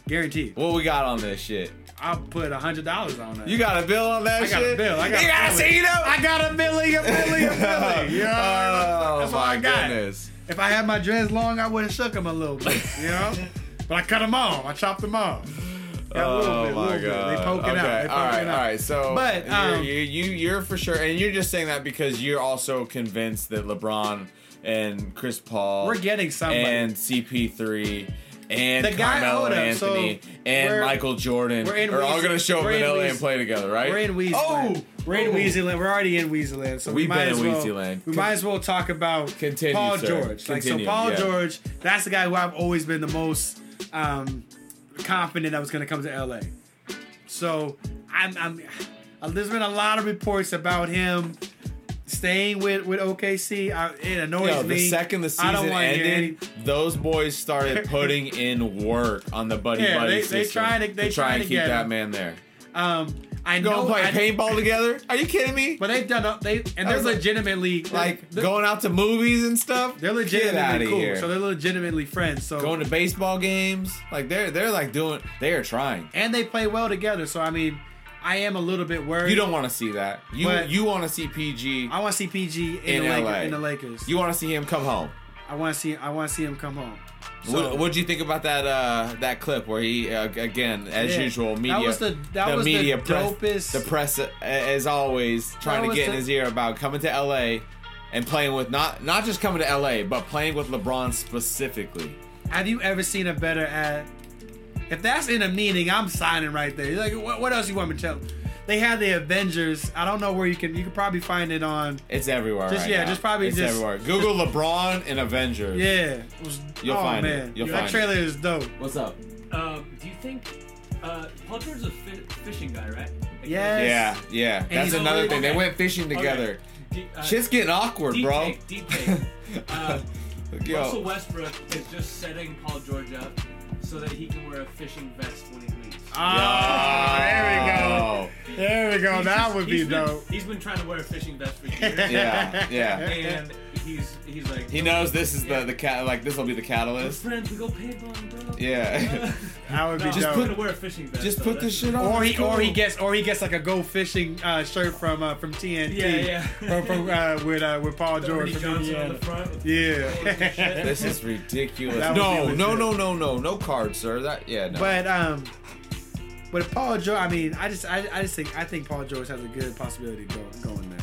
B: Guaranteed.
A: What we got on this shit?
B: I'll put hundred dollars on that.
A: You got a bill on that
B: I
A: shit?
B: got a bill. I got
A: you
B: a
A: gotta
B: bill.
A: see them.
B: I got a Billy, a Billy, a Billy. You know?
A: oh,
B: That's
A: my
B: all I got.
A: goodness.
B: If I had my dreads long, I would have shook them a little bit, you know? but I cut them off. I chopped them off. Yeah, a little
A: oh
B: bit, a
A: my
B: little bit.
A: god!
B: They poke it
A: okay.
B: out. They poke
A: all right,
B: it out.
A: all right. So,
B: But,
A: you're-
B: um,
A: you, you, you're for sure, and you're just saying that because you're also convinced that LeBron and Chris Paul,
B: We're getting somebody.
A: and CP3. And
B: The guy
A: Carmelo
B: owed us, so
A: Anthony and
B: we're-
A: Michael Jordan
B: we're in
A: are all
B: Weezy-
A: going to show up
B: we're
A: in
B: in
A: LA and
B: Weezy-
A: play together, right?
B: We're in Weezy
A: Oh,
B: Land. We're in
A: oh.
B: Weezy Land. We're already in Weezy Land. So we
A: We've
B: might
A: been
B: as
A: in
B: well,
A: Weezy Land.
B: We might as well talk about
A: Continue,
B: Paul
A: sir.
B: George. Like so
A: Continue,
B: Paul
A: yeah.
B: George, that's the guy who I've always been the most um, confident I was gonna come to LA. So I'm, I'm uh, there's been a lot of reports about him staying with, with OKC. I, it annoys
A: Yo,
B: me.
A: the second the season
B: I don't wanna hear any-
A: ended, those boys started putting in work on the buddy
B: Yeah,
A: buddy
B: they- they
A: system.
B: trying to- they
A: try
B: trying
A: and
B: to
A: keep
B: get
A: that
B: him.
A: man there.
B: Um, I
A: Going
B: know,
A: play
B: I-
A: paintball together? Are you kidding me?
B: but they've done a- they and they're
A: Like-
B: legitimately
A: like
B: they're,
A: going out to movies and stuff. Get
B: they're
A: outta
B: legitimately cool.
A: here.
B: So they're legitimately friends. So
A: going to baseball games. Like they're they're like doing. They are trying.
B: and they play well together. So I mean, I am a little bit worried.
A: You don't want to see that. You
B: But-
A: you want to see PG.
B: I want to see PG in,
A: In
B: the
A: LA.
B: Lakers, in the Lakers.
A: You want to see him come home.
B: I want to see I want to see him come home. So-
A: what would you think about that uh, that clip where he uh, again as
B: Yeah.
A: usual
B: That
A: media
B: was the- that was the dopest-
A: the press uh, as always trying to
B: was
A: get in
B: the-
A: his ear about coming to LA and playing with not not just coming to LA but playing with LeBron specifically.
B: Have you ever seen a better ad? If that's in a meeting, I'm signing right there. Like, what, what else you want me to tell? They had the Avengers. I don't know where you can. You can probably find it on.
A: It's everywhere.
B: Just-
A: right
B: yeah,
A: now.
B: just probably
A: it's
B: just-
A: everywhere. Google LeBron and Avengers.
B: Yeah, it was,
A: You'll
B: oh,
A: find it.
B: man.
A: You'll
B: that
A: find it.
B: trailer is dope.
A: What's up?
C: Um, do you think uh, Paul George's a fi- fishing guy, right? Like,
B: Yes.
A: Yeah, yeah. That's
B: he's
A: another
C: always-
A: thing. They
C: okay.
A: went fishing
C: okay.
A: together.
C: D- uh,
A: Shit's getting awkward,
C: deep
A: bro.
C: take, deep take. Uh,
A: Yo.
C: Russell Westbrook is just setting Paul George up so that he can wear a fishing vest when he leaves.
B: Ah, there we go. There we go.
C: He's
B: Oh, that
C: just-
B: would be
C: he's been-
B: dope.
C: He's been trying to wear a fishing vest for years,
A: Yeah, yeah.
C: and he's he's like
A: He knows this is the the cat. Like this will be the
C: "We're
A: catalyst.
C: friends. We go paintballing, bro.
A: Yeah.
B: That would be
C: no,
B: dope.
C: just put, wear a fishing vest.
A: Just
C: though,
A: put this shit
C: that's-
A: on.
B: or he
A: Let's go.
B: or he gets or he gets like a go fishing uh, shirt from uh, from TNT.
C: Yeah, yeah.
B: from, from uh, with uh, with Paul George
C: Ernie
B: from
C: Johnson on
B: Indiana.
C: the front with
B: Yeah.
A: This is ridiculous.
B: That would
A: No,
B: be
A: no,
B: legit.
A: no, no, no, no card, sir. That yeah, no.
B: But um, but Paul George. I mean, I just I, I just think I think Paul George has a good possibility of go, going there.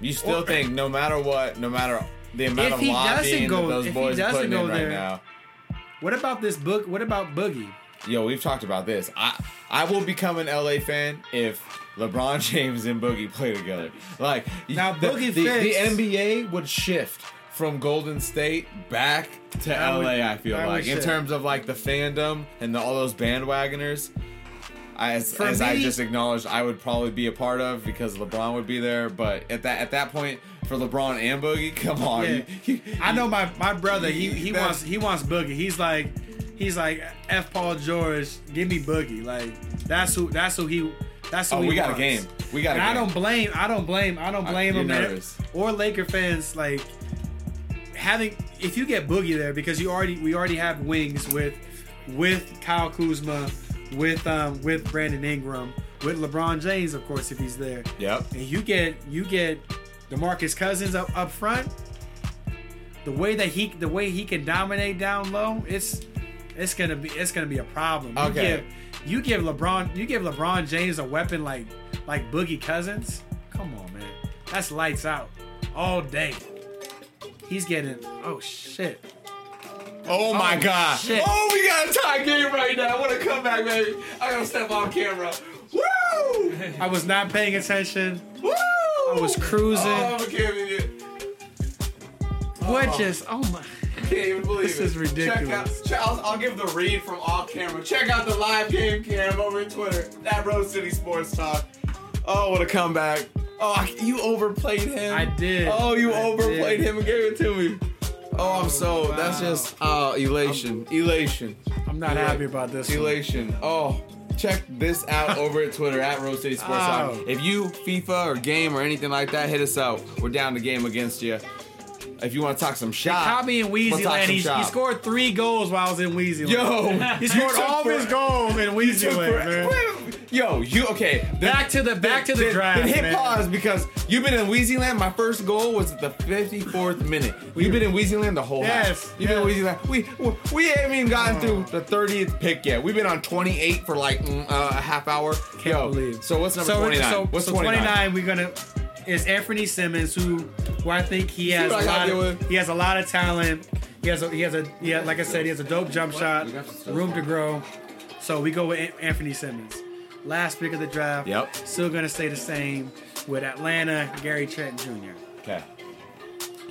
A: you still
B: or-
A: think no matter what, no matter the amount
B: If
A: of
B: he
A: lobbying
B: doesn't go-
A: that those
B: if he
A: boys are
B: doesn't
A: putting in
B: go
A: right
B: there-
A: now.
B: What about this book? What about Boogie?
A: Yo, we've talked about this. I I will become an LA fan if LeBron James and Boogie play together. Like
B: Now,
A: the,
B: Boogie
A: the, the
B: fits-
A: NBA would shift from Golden State back to
B: That
A: LA.
B: would-
A: I feel
B: that would
A: like in
B: shift.
A: terms of like the fandom and the, all those bandwagoners. I- As,
B: For
A: as I
B: me-
A: just acknowledged, I would probably be a part of because LeBron would be there. But at that at that point, for LeBron and Boogie, come on,
B: Yeah.
A: Oh, you- you-
B: I know my my brother. He he
A: That-
B: wants he wants Boogie. He's like he's like f Paul George. Give me Boogie. Like that's who that's who he that's who
A: Oh,
B: he
A: we got a
B: wants.
A: game. We got a
B: And I
A: game.
B: don't blame. I don't blame. I don't
A: I-
B: blame
A: you're
B: him. man.
A: nervous.
B: Or Laker fans like having if you get Boogie there because you already we already have wings with with Kyle Kuzma, with um with Brandon Ingram, with LeBron James of course if he's there.
A: Yep.
B: And you get you get DeMarcus Cousins up up front. the way that he the way he can dominate down low, it's it's gonna be it's gonna be a problem.
A: Okay.
B: You give, you give LeBron you give LeBron James a weapon like like Boogie Cousins. Come on, man, that's lights out all day. He's getting oh shit.
A: Oh my god.
B: shit.
A: Oh, we got a tie game right now. I want to come back, baby. I gotta step on camera. Woo!
B: I was not paying attention.
A: Woo! I
B: was cruising.
A: Oh, I can't even,
B: What just oh my.
A: can't even believe
B: This
A: it.
B: is
A: Check out,
B: ridiculous.
A: check- I'll, I'll give the read from off camera. Check out the live game cam over at Twitter. That Road City Sports Talk. Oh, what a comeback. Oh, I- you overplayed him.
B: I did.
A: Oh, you
B: I
A: overplayed
B: did.
A: him and gave it to me. Oh, I'm so. That's
B: wow.
A: just oh, elation, elation.
B: I'm not
A: Yeah.
B: happy about this. one.
A: Elation. Oh, check this out over at Twitter at Rose City Sports
B: Ow.
A: Talk. If you FIFA or game or anything like that, hit us out. We're down to game against you. If you want to talk some shop,
B: Copy and
A: wanna
B: Wheezy
A: talk
B: Land.
A: some
B: He, he
A: shop.
B: scored three goals while I was in Wheezy Land.
A: Yo,
B: he scored all of his goals in Wheezy Land, man.
A: Yo, you okay? then-
B: Back to the back to the
A: then-
B: draft,
A: Then hit
B: man.
A: pause because you've been in Wheezy Land. My first goal was at the 54th minute. You've been in Wheezy Land the whole
B: Yes,
A: half. You've been in
B: yes. Oh.
A: Wheezy Land. We, we we haven't even gotten through the 30th pick yet. We've been on 28 for like mm, uh, a half hour. Can't Yo,
B: believe.
A: So what's number
B: so,
A: 29?
B: So,
A: what's
B: so 29, we're gonna is Anthony Simmons who who I think he has
A: what I
B: a
A: gotta
B: lot
A: deal
B: of,
A: with?
B: he has a lot of talent. He has a he has a yeah, like I said, he has a dope jump shot,
A: We got some stuff.
B: room to grow. So we go with An- Anthony Simmons. Last pick of the draft.
A: Yep.
B: Still gonna stay the same with Atlanta, Gary Trent Jr.
A: Okay.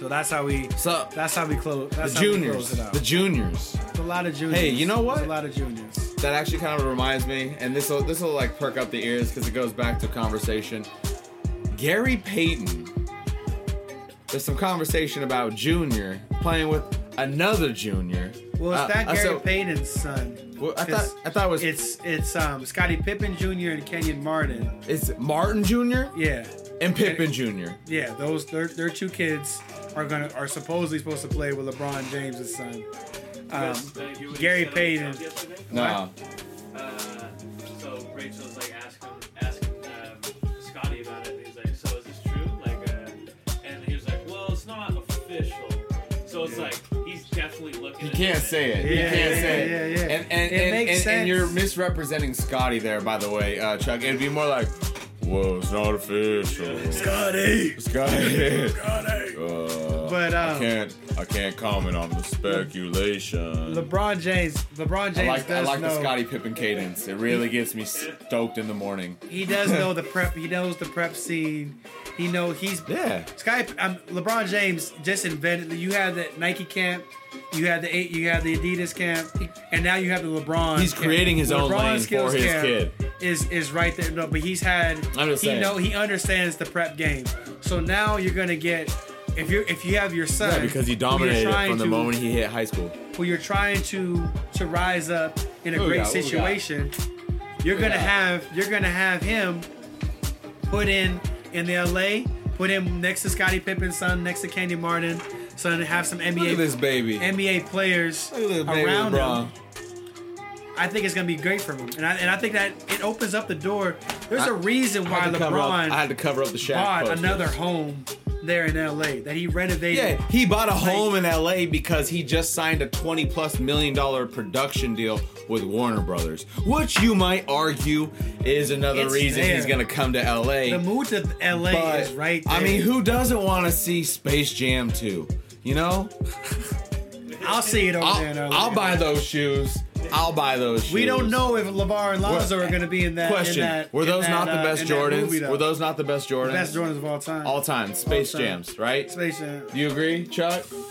B: So that's how we
A: So
B: that's how we close
A: the
B: that's how we
A: juniors,
B: close it out.
A: the juniors.
B: There's a lot of juniors.
A: Hey, you know what?
B: There's a lot of juniors.
A: that actually kind of reminds me, and this will this will like perk up the ears because it goes back to conversation. Gary Payton. There's some conversation about Junior playing with another Junior.
B: Well,
A: Uh,
B: it's that
A: uh,
B: Gary
A: so-
B: Payton's son.
A: Well, I
B: It's-
A: thought- I thought it was-
B: it's it's um Scottie Pippen Jr. and Kenyon Martin.
A: It's Martin Junior
B: Yeah,
A: and Pippen Junior.
B: yeah. Those their their two kids are gonna are supposedly supposed to play with LeBron James' son. Um,
C: Because, uh, you would
B: Gary
C: set up
B: Payton.
C: yourself yesterday?
A: No,
C: Uh, so Rachel's like asking asking um, Scotty about it, and he's like, "So is this true?" Like, uh, and he was like, "Well, it's not official." So it's like he's definitely looking.
A: you can't say it.
B: Yeah,
A: you can't
B: yeah,
A: say
B: yeah,
A: it.
B: yeah, yeah.
A: And and
B: It
A: and, and,
B: makes
A: and
B: sense.
A: you're misrepresenting Scotty there, by the way, uh, Chuck. It'd be more like, "Whoa, it's not official."
B: Scotty.
A: Scotty. Uh,
B: But, um,
A: I can't I can't comment on the speculation.
B: LeBron James. LeBron James
A: I like I
B: does
A: like
B: know.
A: the Scotty Pippen cadence. It really gets me stoked in the morning.
B: He does know the prep. He knows the prep scene. He know he's
A: Yeah.
B: Sky um, LeBron James just invented. You had the Nike camp, you had the you had the Adidas camp, and now you have the LeBron.
A: He's
B: camp.
A: creating his own lane for
B: skills
A: his kid.
B: Is is right there, no, but he's had.
A: I'm just
B: he
A: saying.
B: know he understands the prep game. So now you're gonna get if you if you have your son.
A: Yeah, because he
B: who you're
A: dominated
B: trying
A: from the
B: to-
A: moment he hit high school.
B: who you're trying to to rise up in a
A: Who we
B: great
A: got? Who we got?
B: situation, you're gonna
A: got?
B: have you're gonna have him put in in the LA, put him next to Scottie Pippen's son, next to Candy Martin, son, have some
A: Look
B: NBA
A: at this baby.
B: NBA players
A: Look at this baby
B: around
A: LeBron.
B: him. I think it's gonna be great for him, and I, and I think that it opens up the door. There's
A: I-
B: a reason
A: I
B: why
A: had, to cover up, I
B: LeBron
A: had to cover up the Shaq
B: bought
A: posters.
B: another home there in LA that he renovated.
A: Yeah, he bought a home in LA because he just signed a 20 plus million dollar production deal with Warner Brothers, which you might argue is another
B: It's
A: reason
B: there.
A: he's going to come to LA.
B: The move to LA
A: But,
B: is right. There.
A: I mean, who doesn't want to see Space Jam 2? You know?
B: I'll see it over there. in
A: I'll,
B: LA.
A: I'll buy those shoes. I'll buy those shoes.
B: We don't know if Lavar and Lonzo
A: What-
B: are going to be in that. in
A: Question
B: that-
A: Were
B: in
A: those
B: that,
A: not the
B: uh,
A: best
B: in that
A: Jordans?
B: movie, though.
A: Were those not the best Jordans?
B: the best Jordans of all time?
A: All time. Space
B: time.
A: Jams, right?
B: Space Jam.
A: Do you agree, Chuck?
C: I'm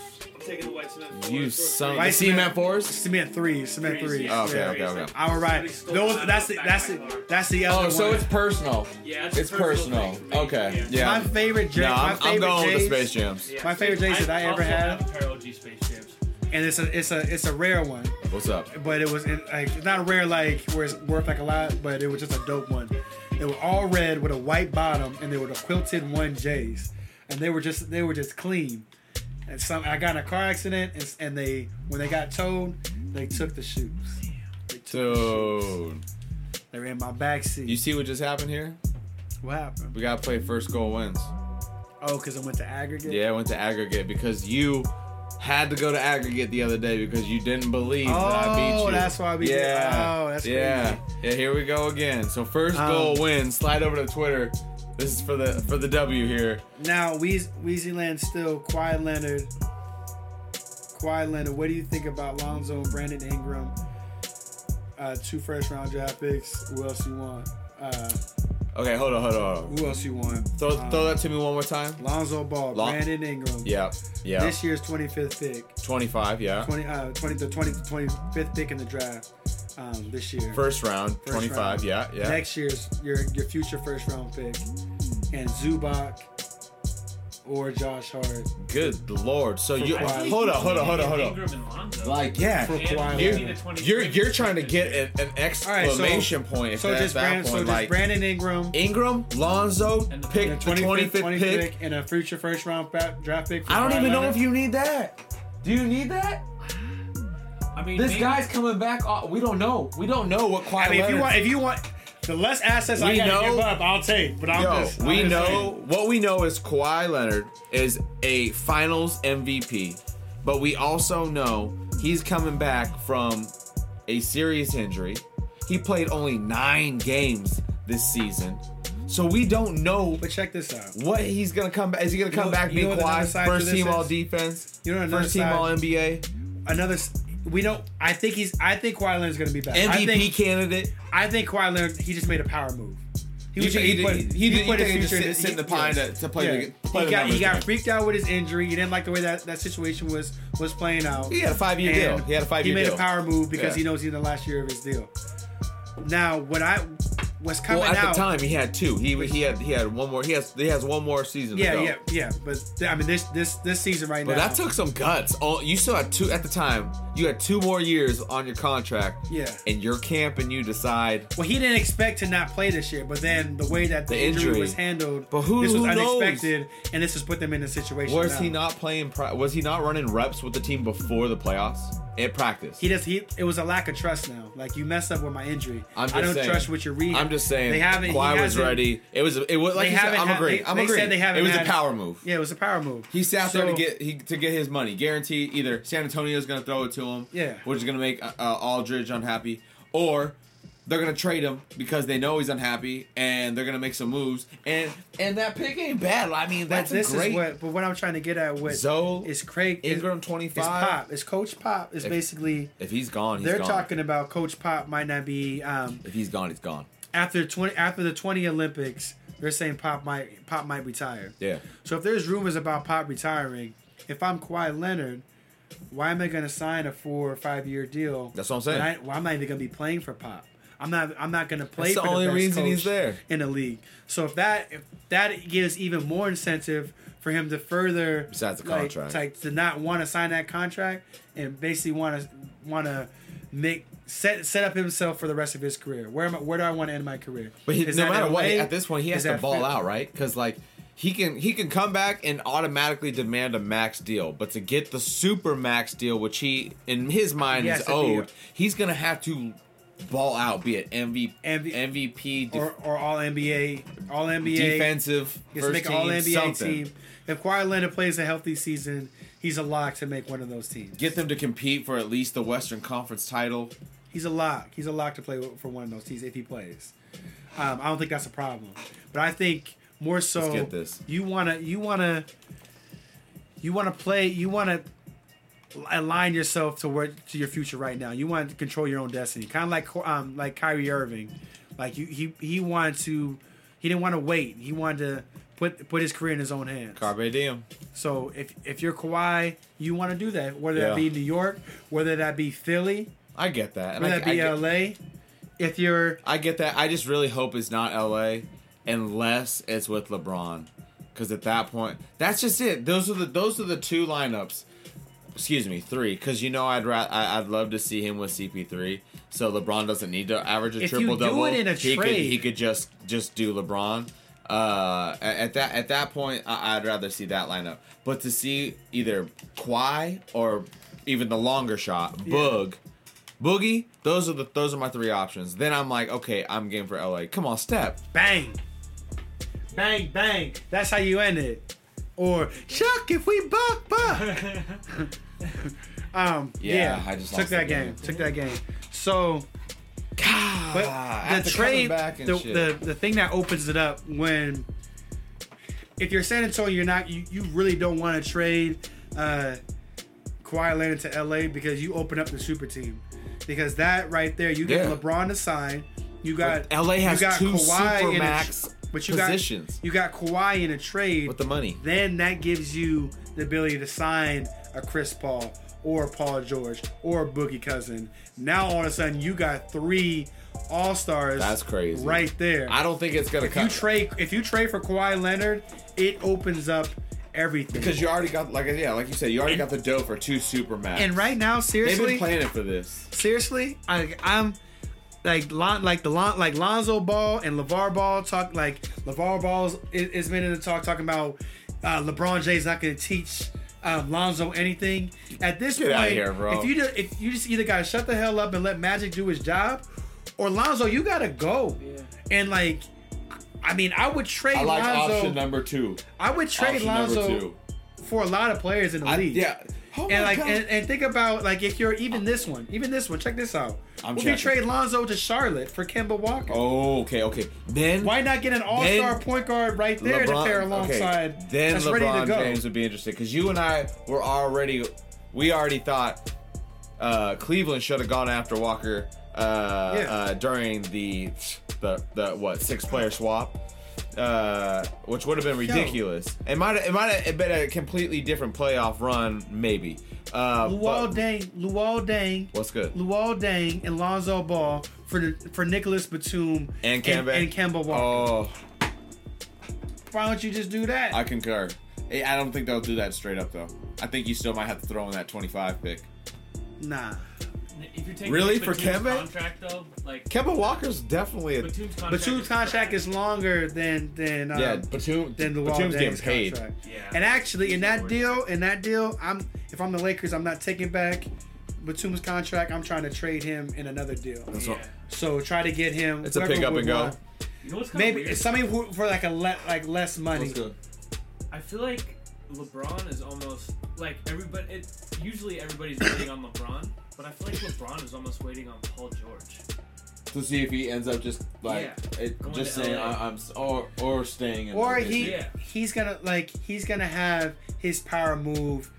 C: taking the white cement. floor.
A: You
C: It's sort of
A: son
C: crazy.
A: The
B: White
A: cement
B: cement.
A: fours? Oh,
B: Cement three. Cement
C: Crazy,
B: three.
C: yeah,
A: Okay,
C: very
A: okay,
C: crazy.
A: okay.
B: All right.
C: Somebody stole
B: Those.
C: mine
B: That's
C: off
B: the.
C: the back
B: That's
C: of
B: the.
C: my car.
B: That's the other
A: Oh, so
B: one.
A: it's personal.
C: Yeah, it's
A: it's
C: a personal
A: personal.
C: thing.
A: Okay,
C: Yeah.
A: yeah.
B: my favorite. J-
A: no,
B: my
A: I'm,
B: favorite
A: I'm going with
B: J's,
A: the Space Jams.
C: Yeah,
B: My favorite
C: so
B: Jason I ever
C: also
B: had.
C: have a pair of OG Space Jams.
B: And it's a. It's a. It's a rare one.
A: What's up?
B: But it was in, like it's not rare like where it's worth like a lot. But it was just a dope one. They were all red with a white bottom, and they were the quilted one J's, and they were just they were just clean. and some I got in a car accident and, and they when they got towed, they took the shoes. They took the shoes.
A: Dude,
B: they were in my backseat.
A: you see what just happened here?
B: what happened?
A: We gotta play first goal wins.
B: Oh, because I went to aggregate.
A: Yeah, I went to aggregate because you Had to go to aggregate the other day because you didn't believe that I beat
B: Oh,
A: you.
B: that's why I beat you.
A: yeah.
B: Oh, that's
A: yeah. Yeah, here we go again. So first
B: Um,
A: goal win. Slide over to Twitter. This is for the for the W here.
B: Now, Weez- Weezyland still, Kawhi Leonard. Kawhi Leonard, what do you think about Lonzo and Brandon Ingram? Uh, two first round draft picks. Who else you want? Uh,
A: Okay, hold on, hold on. Hold on.
B: who else you want?
A: Throw,
B: Um,
A: throw that to me one more time.
B: Lonzo Ball,
A: Lon-
B: Brandon Ingram.
A: Yeah. Yeah.
B: This year's 25th pick.
A: 25, yeah.
B: 20, uh, 20, the 20, 25th pick in the draft um, this year.
A: First round,
B: First
A: 25,
B: round.
A: yeah, yeah.
B: Next year's your your future first round pick, and Zubac or Josh Hart.
A: Good lord. So you
B: I think
A: hold on, hold on, hold on, hold on.
C: Ingram and Lonzo.
D: Like, yeah.
B: For-
C: And
B: Kawhi
C: maybe
B: Leonard.
C: the 23
A: You're you're trying to get an, an
B: right, so-
A: exclamation point if
B: So
A: that's
B: just
A: that
B: Brandon,
A: point.
B: so just
A: like
B: Brandon Ingram.
A: Ingram, Lonzo,
C: And the-
A: pick
B: and
A: the 25th, pick.
B: and a future first round fa- draft pick. for
A: I don't
B: Kawhi
A: even know
B: Leonard.
A: if you need that. Do you need that?
C: I mean,
A: This
C: maybe-
A: guy's coming back. Off. We don't know. We don't know what Kawhi
B: I mean, if you
A: Leonard's-
B: want, if you want, the less assets I
A: We
B: gotta
A: know-
B: give up, I'll take. But I'm
A: Yo,
B: just, I'm
A: we
B: just
A: know
B: saying.
A: what we know is Kawhi Leonard is a Finals MVP, but we also know he's coming back from a serious injury. He played only nine games this season, so we don't know
B: But check this out.
A: what he's gonna come back. Is he gonna
B: know-
A: come back
B: you know
A: being
B: what
A: Kawhi
B: another side to
A: first
B: this
A: team All
B: is?
A: Defense,
B: You know another
A: first team
B: side-
A: All NBA,
B: Another. s- We don't. I think he's. I think Kawhi Leonard's going to be back. I
A: MVP
B: think,
A: candidate?
B: I think Kawhi Leonard. He just made a power move. He
A: You
B: was.
A: think
B: He,
A: he
B: put.
A: did- he
B: He,
A: did-
B: put
A: you
B: his
A: think he
B: future
A: just
B: in
A: sit- sit in the pine to- to play the- to play
B: he
A: the
B: got,
A: numbers
B: he got
A: game.
B: freaked out with his injury. He didn't like the way that that situation was was playing out.
A: He had a five-year
B: And
A: deal. He had a five-year
B: He made
A: deal.
B: a power move because
A: Yeah.
B: he knows he's in the last year of his deal. Now, what I what's coming
A: Well, at
B: out?
A: the time he had two. He he had he had one more. He has he has one more season. to
B: yeah,
A: go.
B: yeah, yeah. But th- I mean, this this this season right
A: But
B: now.
A: that took some guts. Oh, you still had two at the time. You had two more years on your contract.
B: Yeah.
A: And your camp, and you decide.
B: Well, he didn't expect to not play this year, but then the way that the,
A: The
B: injury,
A: injury.
B: was handled,
A: But who-
B: this was
A: who knows?
B: unexpected, and this has put them in a situation.
A: Was
B: now.
A: he not playing? Pri- was he not running reps with the team before the playoffs at practice?
B: He just he. It was a lack of trust now. Like you mess up with my injury.
A: I'm just
B: I don't
A: saying.
B: trust what you're reading.
A: I'm just saying.
B: They haven't. he
A: Kawhi was
B: hasn't-
A: ready. It was. It was like
B: They
A: you said,
B: haven't
A: I'm
B: had-
A: agree.
B: they-
A: I'm
B: they
A: agree.
B: said they haven't
A: it was
B: had-
A: a power move.
B: Yeah, it was a power move.
A: He sat there to
B: So-
A: get he, to get his money, guaranteed. Either San Antonio's going to throw it to him,
B: Yeah.
A: which is going to make uh, uh, Aldridge unhappy, or they're going to trade him because they know he's unhappy and they're going to make some moves. And and that pick ain't bad. I mean,
B: But
A: that's
B: this
A: a great.
B: is what. But what I'm trying to get at with
A: Zoe,
B: is Craig is-
A: Ingram,
B: Is
A: 25.
B: Pop. Is Coach Pop is basically.
A: if he's gone, he's
B: They're
A: gone.
B: talking about Coach Pop might not be um,
A: If he's gone, he's gone.
B: after twenty after the twenty Olympics. They're saying Pop might Pop might retire.
A: Yeah.
B: So if there's rumors about Pop retiring, if I'm Kawhi Leonard, why am I going to sign a four or five year deal?
A: That's what I'm saying.
B: When I, why am I even going to be playing for Pop? I'm not. I'm not going to play.
A: That's the
B: for
A: only
B: best
A: reason he's
B: coach
A: there.
B: in the league. So if that if that gives even more incentive for him to further
A: Besides the
B: like-
A: contract.
B: like to not want to sign that contract and basically want to want to make set set up himself for the rest of his career. Where am I, where do I want to end my career?
A: But he,
B: Is
A: no
B: that
A: matter what,
B: LA?
A: at this point, he has
B: Is
A: to
B: that
A: ball
B: Phil-
A: out, right? Because like he can he can come back and automatically demand a max deal, but to get the super max deal, which he in his mind
B: He
A: is
B: has to be-
A: owed, he's gonna have to ball out, be it MV,
B: MV
A: MVP, def-
B: or, or all NBA, all NBA
A: defensive,
B: He has
A: first
B: to make an
A: team,
B: all NBA
A: something.
B: team. If Kawhi Leonard plays a healthy season, he's a lock to make one of those teams.
A: Get them to compete for at least the Western Conference title.
B: He's a lock. He's a lock to play for one of those teams if he plays. Um, I don't think that's a problem, but I think more so
A: get this.
B: you wanna you wanna you wanna play you wanna align yourself to where to your future right now. You want to control your own destiny, kind of like um like Kyrie Irving, like you he he wanted to he didn't want to wait. He wanted to put put his career in his own hands.
A: Carpe diem.
B: So if if you're Kawhi, you want to do that, whether
A: Yeah.
B: that be New York, whether that be Philly,
A: I get that. And
B: whether
A: I,
B: that
A: I
B: be um,
A: get,
B: LA. If you're
A: I get that. I just really hope it's not LA unless it's with LeBron. Cause at that point, that's just it. Those are the those are the two lineups. Excuse me, three. Cause you know I'd ra- I, I'd love to see him with CP3. So LeBron doesn't need to average a
B: If you
A: triple double.
B: do it in a
A: he could
B: trade-
A: he could just just do LeBron. Uh, a- at that at that point, I, I'd rather see that lineup. But to see either Kawhi or even the longer shot Boog. Boogie, those are the those are my three options. Then I'm like, okay, I'm game for LA. Come on, step.
B: bang, bang, bang, that's how you end it. or Chuck if we buck buck. um, yeah,
A: Yeah, I just
B: took
A: lost that
B: that game.
A: game.
B: Took that game. So, but the
A: after coming
B: trade,
A: back and
B: the,
A: shit.
B: the the thing that opens it up when if you're San Antonio, you're not you, you really don't want to trade uh, Kawhi Leonard to LA because you open up the super team because that right there you get
A: Yeah.
B: LeBron to sign. You got
A: But LA has
B: you got
A: two
B: Kawhi in a tr-
A: supermax
B: but you
A: positions.
B: Got, you got Kawhi in a trade
A: with the money.
B: then that gives you the ability to sign a Chris Paul or a Paul George or a Boogie Cousin. Now all of a sudden you got three All Stars.
A: That's crazy.
B: right there.
A: I don't think it's gonna
B: if you
A: cut
B: trade if you trade for Kawhi Leonard, it opens up everything.
A: because you already got like yeah, like you said, you already got the dough for two super max.
B: and right now,
A: they've been
B: seriously,
A: planning for this.
B: seriously, I, I'm like Lon, like the Lon, like Lonzo Ball and Levar Ball talk like Levar Ball's is, is been in the talk talking about uh, LeBron James not going to teach um, Lonzo anything at this
A: Get
B: point.
A: outta here, bro.
B: If you just, if you just either got to shut the hell up and let Magic do his job, or Lonzo, you got to go.
C: Yeah.
B: And like, I mean, I would trade
A: I like
B: Lonzo.
A: option number two.
B: I would trade
A: Option number
B: Lonzo
A: two.
B: for a lot of players in the
A: I,
B: league
A: yeah. Oh my
B: and like
A: God.
B: and, and think about like if you're even this one, even this one, check this out.
A: I'm
B: what if you
A: checking.
B: trade Lonzo to Charlotte for Kemba Walker?
A: oh, okay, okay. Then
B: Why not get an all-star
A: Then
B: point guard right there to pair alongside
A: okay, then
B: that's
A: LeBron
B: ready to go?
A: James would be interested because you and I were already, we already thought uh, Cleveland should have gone after Walker uh,
B: Yeah.
A: uh, during the the the what six player swap. Uh, which would have been ridiculous. It might it might have been a completely different playoff run, maybe. Uh,
B: Luol
A: but-
B: Deng, Luol Deng,
A: What's good?
B: Luol Deng, and Lonzo Ball for the, for Nicholas Batum
A: And Kemba
B: and, Kemba Walker.
A: Oh,
B: Why don't you just do that?
A: I concur. I I don't think they'll do that straight up though. I think you still might have to throw in that twenty-five pick.
B: nah,
C: If you're taking
A: Really? For
C: Batum's
A: Kemba?
C: contract though, like
A: Kemba Walker's definitely a
C: Batum's contract.
B: Batum's
C: is-
B: contract is longer than than um,
A: Yeah, Batum.
B: than the
A: Batum's getting
B: Deng's
A: paid.
B: contract.
C: Yeah.
B: And actually, in that
C: Lord.
B: deal, in that deal, I'm if I'm the Lakers, I'm not taking back Batum's contract. I'm trying to trade him in another deal.
A: That's
C: Yeah.
A: what-
B: So try to get him.
A: It's a
B: whoever
A: pick up
B: would
A: and go.
B: want.
C: You know what's kind
B: Maybe
C: of weird?
B: it's somebody who for like a le- like less money.
C: I feel like LeBron is almost like everybody. It, usually everybody's waiting on LeBron, but I feel like LeBron is almost waiting on Paul George.
A: To see if he ends up just like it,
C: Going
A: just
C: to
A: saying,
C: LA.
A: I,
D: I'm s- or or staying. In
B: Or
D: the
B: he
C: Yeah.
B: he's gonna like he's gonna have his power move.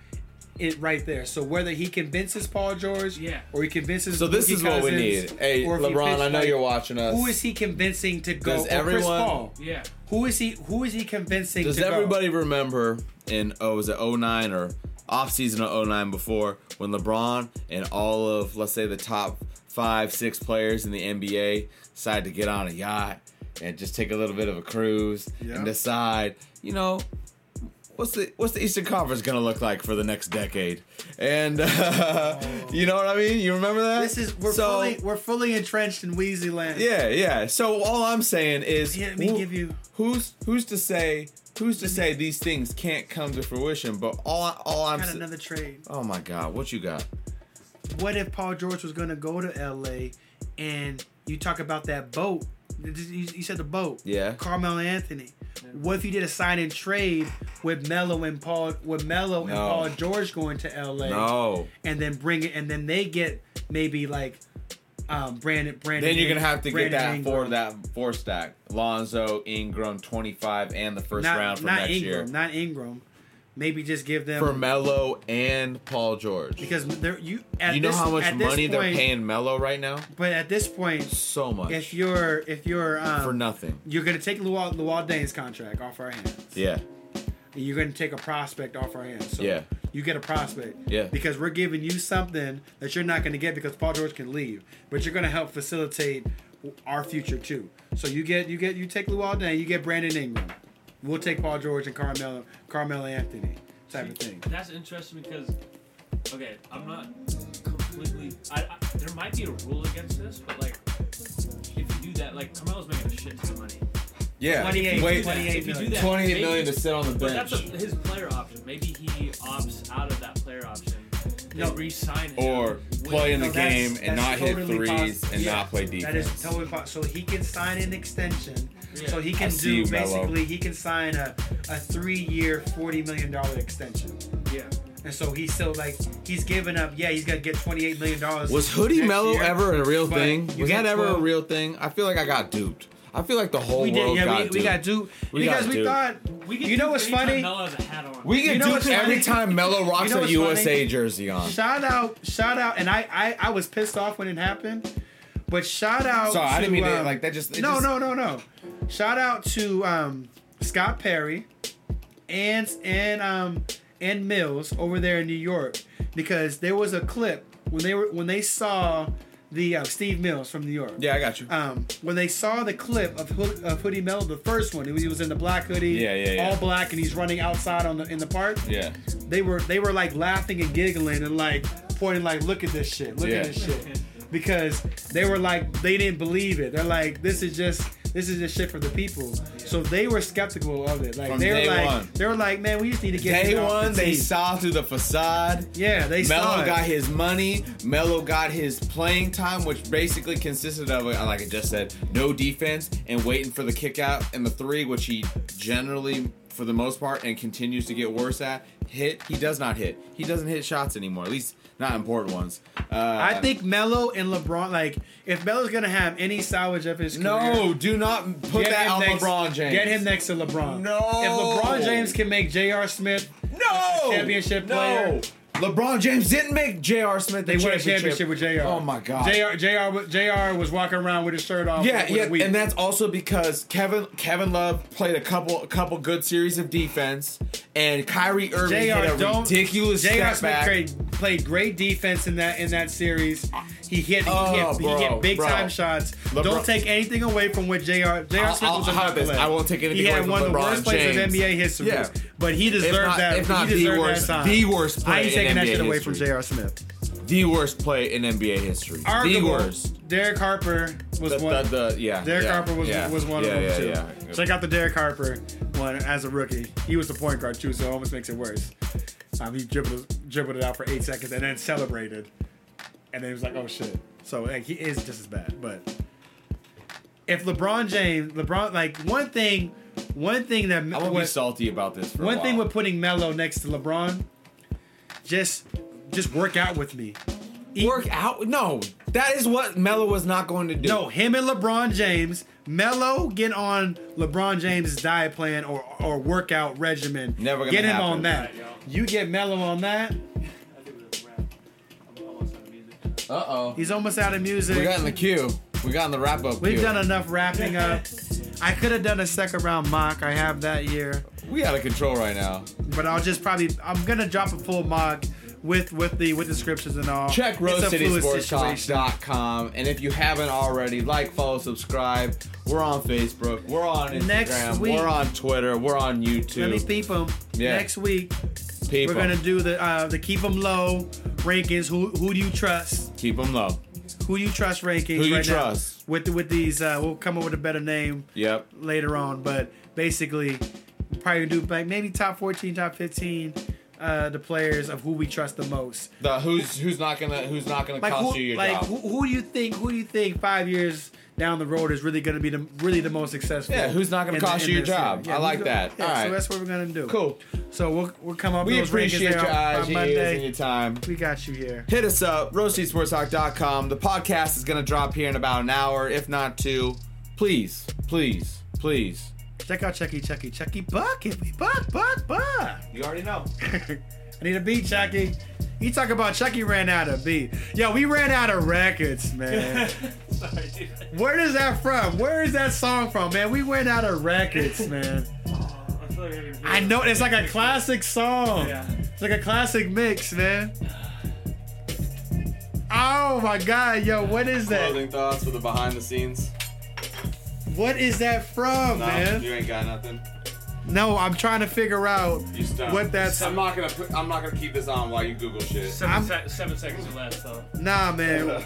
B: It right there. So whether he convinces Paul George,
C: Yeah.
B: or he convinces
A: So this
B: Boogie
A: is what we need.
B: Cousins,
A: Hey,
B: or if he
A: LeBron,
B: fits,
A: I know
B: like,
A: you're watching us.
B: Who is he convincing to go?
A: Does
B: or Chris
A: everyone-
B: Paul.
C: Yeah.
B: Who is he? Who is he convincing?
A: Does
B: to go?
A: everybody remember in oh was it 09 or off season of 09 before when LeBron and all of let's say the top five six players in the NBA decided to get on a yacht and just take a little bit of a cruise
B: Yeah.
A: and decide you know what's the what's the Eastern Conference gonna look like for the next decade and uh, you know what I mean you remember that
B: This is we're
A: so
B: fully we're fully entrenched in Wheezy land.
A: yeah yeah so all I'm saying is
B: Yeah, let me
A: who-
B: give you.
A: who's who's to say who's to say these things can't come to fruition? But all all I'm
B: Got
A: s-
B: another trade.
A: oh my god, what you got?
B: What if Paul George was gonna go to L.A. and you talk about that boat? You- You said the boat.
A: Yeah.
B: Carmelo Anthony. What if you did a sign and trade with Melo and Paul with Melo and
A: No.
B: Paul George going to L.A.
A: No,
B: and then bring it and then they get maybe like um Brandon Brandon.
A: then you're gonna have to get
B: Brandon
A: that
B: Ingram.
A: for that four stack: Lonzo, Ingram, 25, and the first
B: not,
A: round for
B: not
A: next
B: Ingram,
A: year
B: Not Ingram. Maybe just give them
A: for Melo and Paul George.
B: because they're you. At
A: you know
B: this-
A: how much
B: at this
A: money they're
B: point-
A: paying Melo right now?
B: But at this point,
A: So much
B: if you're if you're um,
A: for nothing.
B: you're gonna take Luol Luol Dane's contract off our hands.
A: Yeah,
B: And you're gonna take a prospect off our hands. So
A: Yeah.
B: You get a prospect.
A: Yeah.
B: Because we're giving you something that you're not gonna get because Paul George can leave, but you're gonna help facilitate our future too. So you get you get you take Luol Dane, you get Brandon Ingram. We'll take Paul George and Carmelo Carmelo Anthony type of thing.
C: That's interesting because, okay, I'm not completely. I, I, there might be a rule against this, but like, if you do that, like Carmelo's making a shit ton of money.
A: yeah.
B: 28,
A: Wait,
B: 28.
C: if you do that,
A: 28
C: maybe-
A: million to sit on the
C: But that's
A: bench.
C: a, his player option. Maybe he opts out of that player option no, re-sign him.
A: or play in the
B: No, that's-
A: game and not
B: that's
A: hit
B: totally
A: threes
B: possi-
A: and
B: yeah.
A: not play
B: That is
A: defense.
B: totally possible. So he can sign an extension.
C: Yeah.
B: So he
A: I
B: can
A: see
B: do
A: you, Melo.
B: basically he can sign a, a three year forty million dollar extension.
C: yeah.
B: And so he's still like he's giving up. Yeah, he's gonna get twenty eight million dollars.
A: Was Hoodie Mellow ever a real
B: but
A: thing?
B: you
A: Was
B: get
A: that ever a
B: 12.
A: real thing? I feel like I got duped. I feel like the whole
B: We
A: world
B: did. Yeah,
A: got
B: we,
A: duped.
B: we got duped
A: We
B: because
A: got
B: we
A: duped.
B: thought.
C: We
B: you know what's funny?
C: Melo has a hat on.
A: We get
B: You know
A: duped
B: what's
A: every
B: funny?
A: time Mellow rocks
B: You know
A: a
B: what's
A: USA
B: funny?
A: jersey on.
B: Shout out! Shout out! And I, I I was pissed off when it happened, but shout out.
A: Sorry,
B: to,
A: I didn't mean to,
B: um,
A: like, that just- it
B: no,
A: just-
B: no, no, no. Shout out to um, Scott Perry, and and um and Mills over there in New York because there was a clip when they were when they saw the uh, Steve Mills from New York.
A: Yeah, I got you.
B: um, when they saw the clip of, Hood, of Hoodie Mello, the first one, he was in the black hoodie,
A: Yeah, yeah, yeah.
B: all black, and he's running outside on the in the park.
A: yeah.
B: They were they were like laughing and giggling and like pointing like, look at this shit, look
A: Yeah.
B: at this shit, because they were like they didn't believe it. They're like, this is just this is just shit for the people. So they were skeptical of it. Like
A: From
B: they were
A: day
B: like
A: one.
B: they were like, man, we just need to get
A: Day
B: him off the
A: one, they
B: team."
A: saw through the facade.
B: yeah they saw
A: Melo
B: it.
A: got his money. Melo got his playing time, which basically consisted of, uh, like I just said, no defense and waiting for the kick out and the three, which he generally, for the most part, and continues to get worse at. Hit. He does not hit. He doesn't hit shots anymore. At least not important ones. Uh,
B: I think Melo and LeBron, like, if Melo's gonna have any salvage of his career,
A: No, do not put
B: Get
A: that
B: him
A: on
B: next-
A: LeBron James.
B: Get him next to LeBron.
A: No.
B: If LeBron James can make J.R. Smith,
A: No
B: Championship
A: no.
B: player.
A: LeBron James didn't make J.R. Smith.
B: they won a championship with J.R.
A: Oh my god.
B: J.R. J.R. was- J.R. was walking around with his shirt off.
A: Yeah,
B: with
A: yeah,
B: a week.
A: and that's also because Kevin Kevin Love played a couple a couple good series of defense, and Kyrie Irving
B: J.R.
A: hit a
B: don't
A: ridiculous
B: J.R.
A: step
B: Smith
A: back.
B: played, played great defense in that in that series. He hit he,
A: Oh,
B: hit, he
A: bro,
B: hit big
A: bro.
B: time shots.
A: LeBron-
B: Don't take anything away from what J.R. J.R.
A: I'll-
B: Smith
A: I'll-
B: was a
A: how about this?
B: player.
A: I won't take anything
B: He
A: away
B: had
A: from
B: one of the
A: LeBron
B: worst plays of
A: James.
B: NBA history.
A: Yeah.
B: But he
A: If
B: deserved
A: not-
B: that.
A: if not
B: he
A: the
B: deserved
A: worst-
B: that time.
A: the worst
B: I
A: play in
B: ain't taking that
A: NBA
B: shit away from
A: history.
B: J.R. Smith.
A: the worst play in NBA history. the
B: Arguable.
A: worst.
B: Derek Harper was
A: The,
B: one.
A: the, the- yeah.
B: Derek
A: yeah,
B: Harper was,
A: yeah,
B: was one
A: yeah,
B: of them
A: yeah,
B: too.
A: yeah.
B: Check out the Derek Harper one as a rookie. He was the point guard too, so it almost makes it worse. Um, he dribbled dribbled it out for eight seconds and then celebrated, and then he was like, "Oh shit!" So like, he is just as bad. But if LeBron James, LeBron, like one thing, one thing that
A: I'm gonna be
B: what-
A: salty about this. For a
B: one thing
A: while.
B: with putting Melo next to LeBron, just just work out with me. Eat-
A: work out. No, that is what Melo was not going to do.
B: No, him and LeBron James, Melo get on LeBron James' diet plan or or workout regimen.
A: Never gonna
B: get him
A: happen.
B: on that.
C: Right, y'all.
B: you get Melo on that.
C: I think it was a wrap. I'm almost out of music.
A: Uh oh.
B: He's almost out of music.
A: We got in the queue. We got in the wrap up.
B: We've done enough wrapping up. I could have done a second round mock. I have that year,
A: We out of control right now.
B: but I'll just probably I'm gonna drop a full mock with with the with descriptions and all.
A: Check
B: It's a fluid situation.
A: roadcitysportstalk.com. And if you haven't already, like, follow, subscribe. We're on Facebook. We're on Instagram.
B: Next week-
A: We're on Twitter. We're on
B: Let me
A: YouTube.
B: peep 'em.
A: Yeah.
B: Next week
A: People,
B: we're gonna do the uh, the keep them low rankings. Who who do you trust?
A: keep them low.
B: who you trust rankings
A: Who you
B: right
A: trust.
B: now with with these uh, we'll come up with a better name
A: Yep.
B: later on but basically we'll probably do like maybe top 14 top 15 uh, the players of who we trust the most
A: The who's who's not gonna who's not gonna
B: like
A: cost
B: who
A: you your
B: like
A: job.
B: who, who do you think who do you think five years down the road is really going to be the really the most successful
A: Yeah, who's not gonna
B: in the-
A: cost
B: in
A: you your
B: this year?
A: job? I
B: who's
A: like
B: gonna-
A: that.
B: yeah,
A: All
B: so
A: right.
B: that's what we're going to do
A: cool.
B: so we'll we'll come up with
A: We
B: those rankings
A: appreciate
B: there
A: your
B: on-
A: eyes, your
B: on
A: ears, and
B: Monday
A: your time.
B: we got you here
A: Hit us up, roastingsportstalk.com. The podcast is gonna drop here in about an hour, if not two. Please, please, please.
B: check out Chucky Chucky Chucky Buck hit me Buck Buck Buck
A: You already know.
B: I need a beat, Chucky. You talk about Chucky ran out of beat. Yo, we ran out of records, man.
C: Sorry, dude.
B: Where is that from? Where is that song from, man? We went out of records, man.
C: I feel like I can
B: I know it's like a classic song.
C: Yeah.
B: It's like a classic mix, man. Oh my god, yo, what is that?
A: Closing thoughts for the behind the scenes.
B: What is that from,
A: No, you
B: man?
A: ain't got nothing.
B: No, I'm trying to figure out
A: You stuck.
B: what that's.
A: I'm not gonna. Put, I'm not gonna keep this on while you Google shit.
B: I'm-
C: Seven, sec seven seconds or less, though.
B: Nah, man.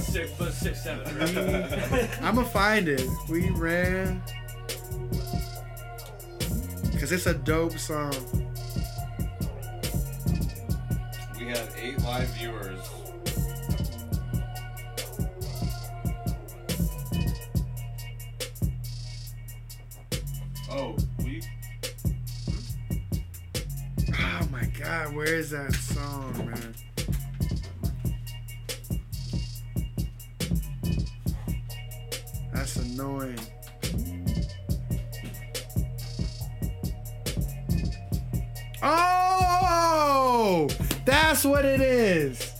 C: Six, plus six, seven. Right?
B: I'm gonna find it. We ran. Cause it's a dope song.
A: we We got eight live viewers. Oh, we.
B: Oh my god, where is that song, man? That's annoying. Oh, that's what it is.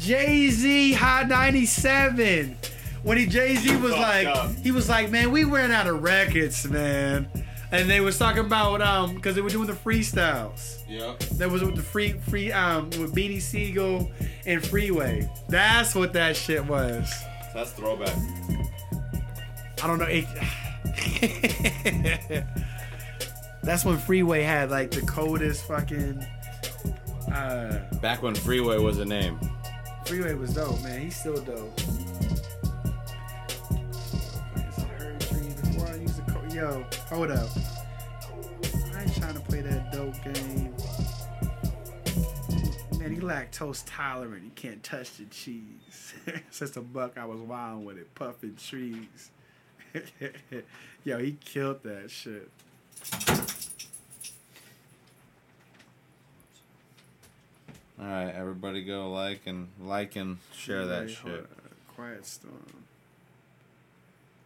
B: Jay Z High 97. When he Jay Z was
A: fucked
B: like,
A: up.
B: he was like, man, we ran out of records, man. And they was talking about um, because they were doing the freestyles.
A: Yep.
B: That was with the free free um with Beanie Siegel and Freeway. That's what that shit was.
A: That's throwback.
B: I don't know. It, that's when Freeway had like the coldest fucking. Uh,
D: Back when Freeway was a name.
B: Freeway was dope, man. He's still dope. Oh, Before I use the co- Yo, hold up. I ain't trying to play that dope game. Man, he lactose tolerant. He can't touch the cheese. Since the buck, I was wild with it, puffing trees. Yo, he killed that shit.
A: All right, everybody, go like and like and share that
B: Wait, hold
A: shit.
B: up. Quiet storm.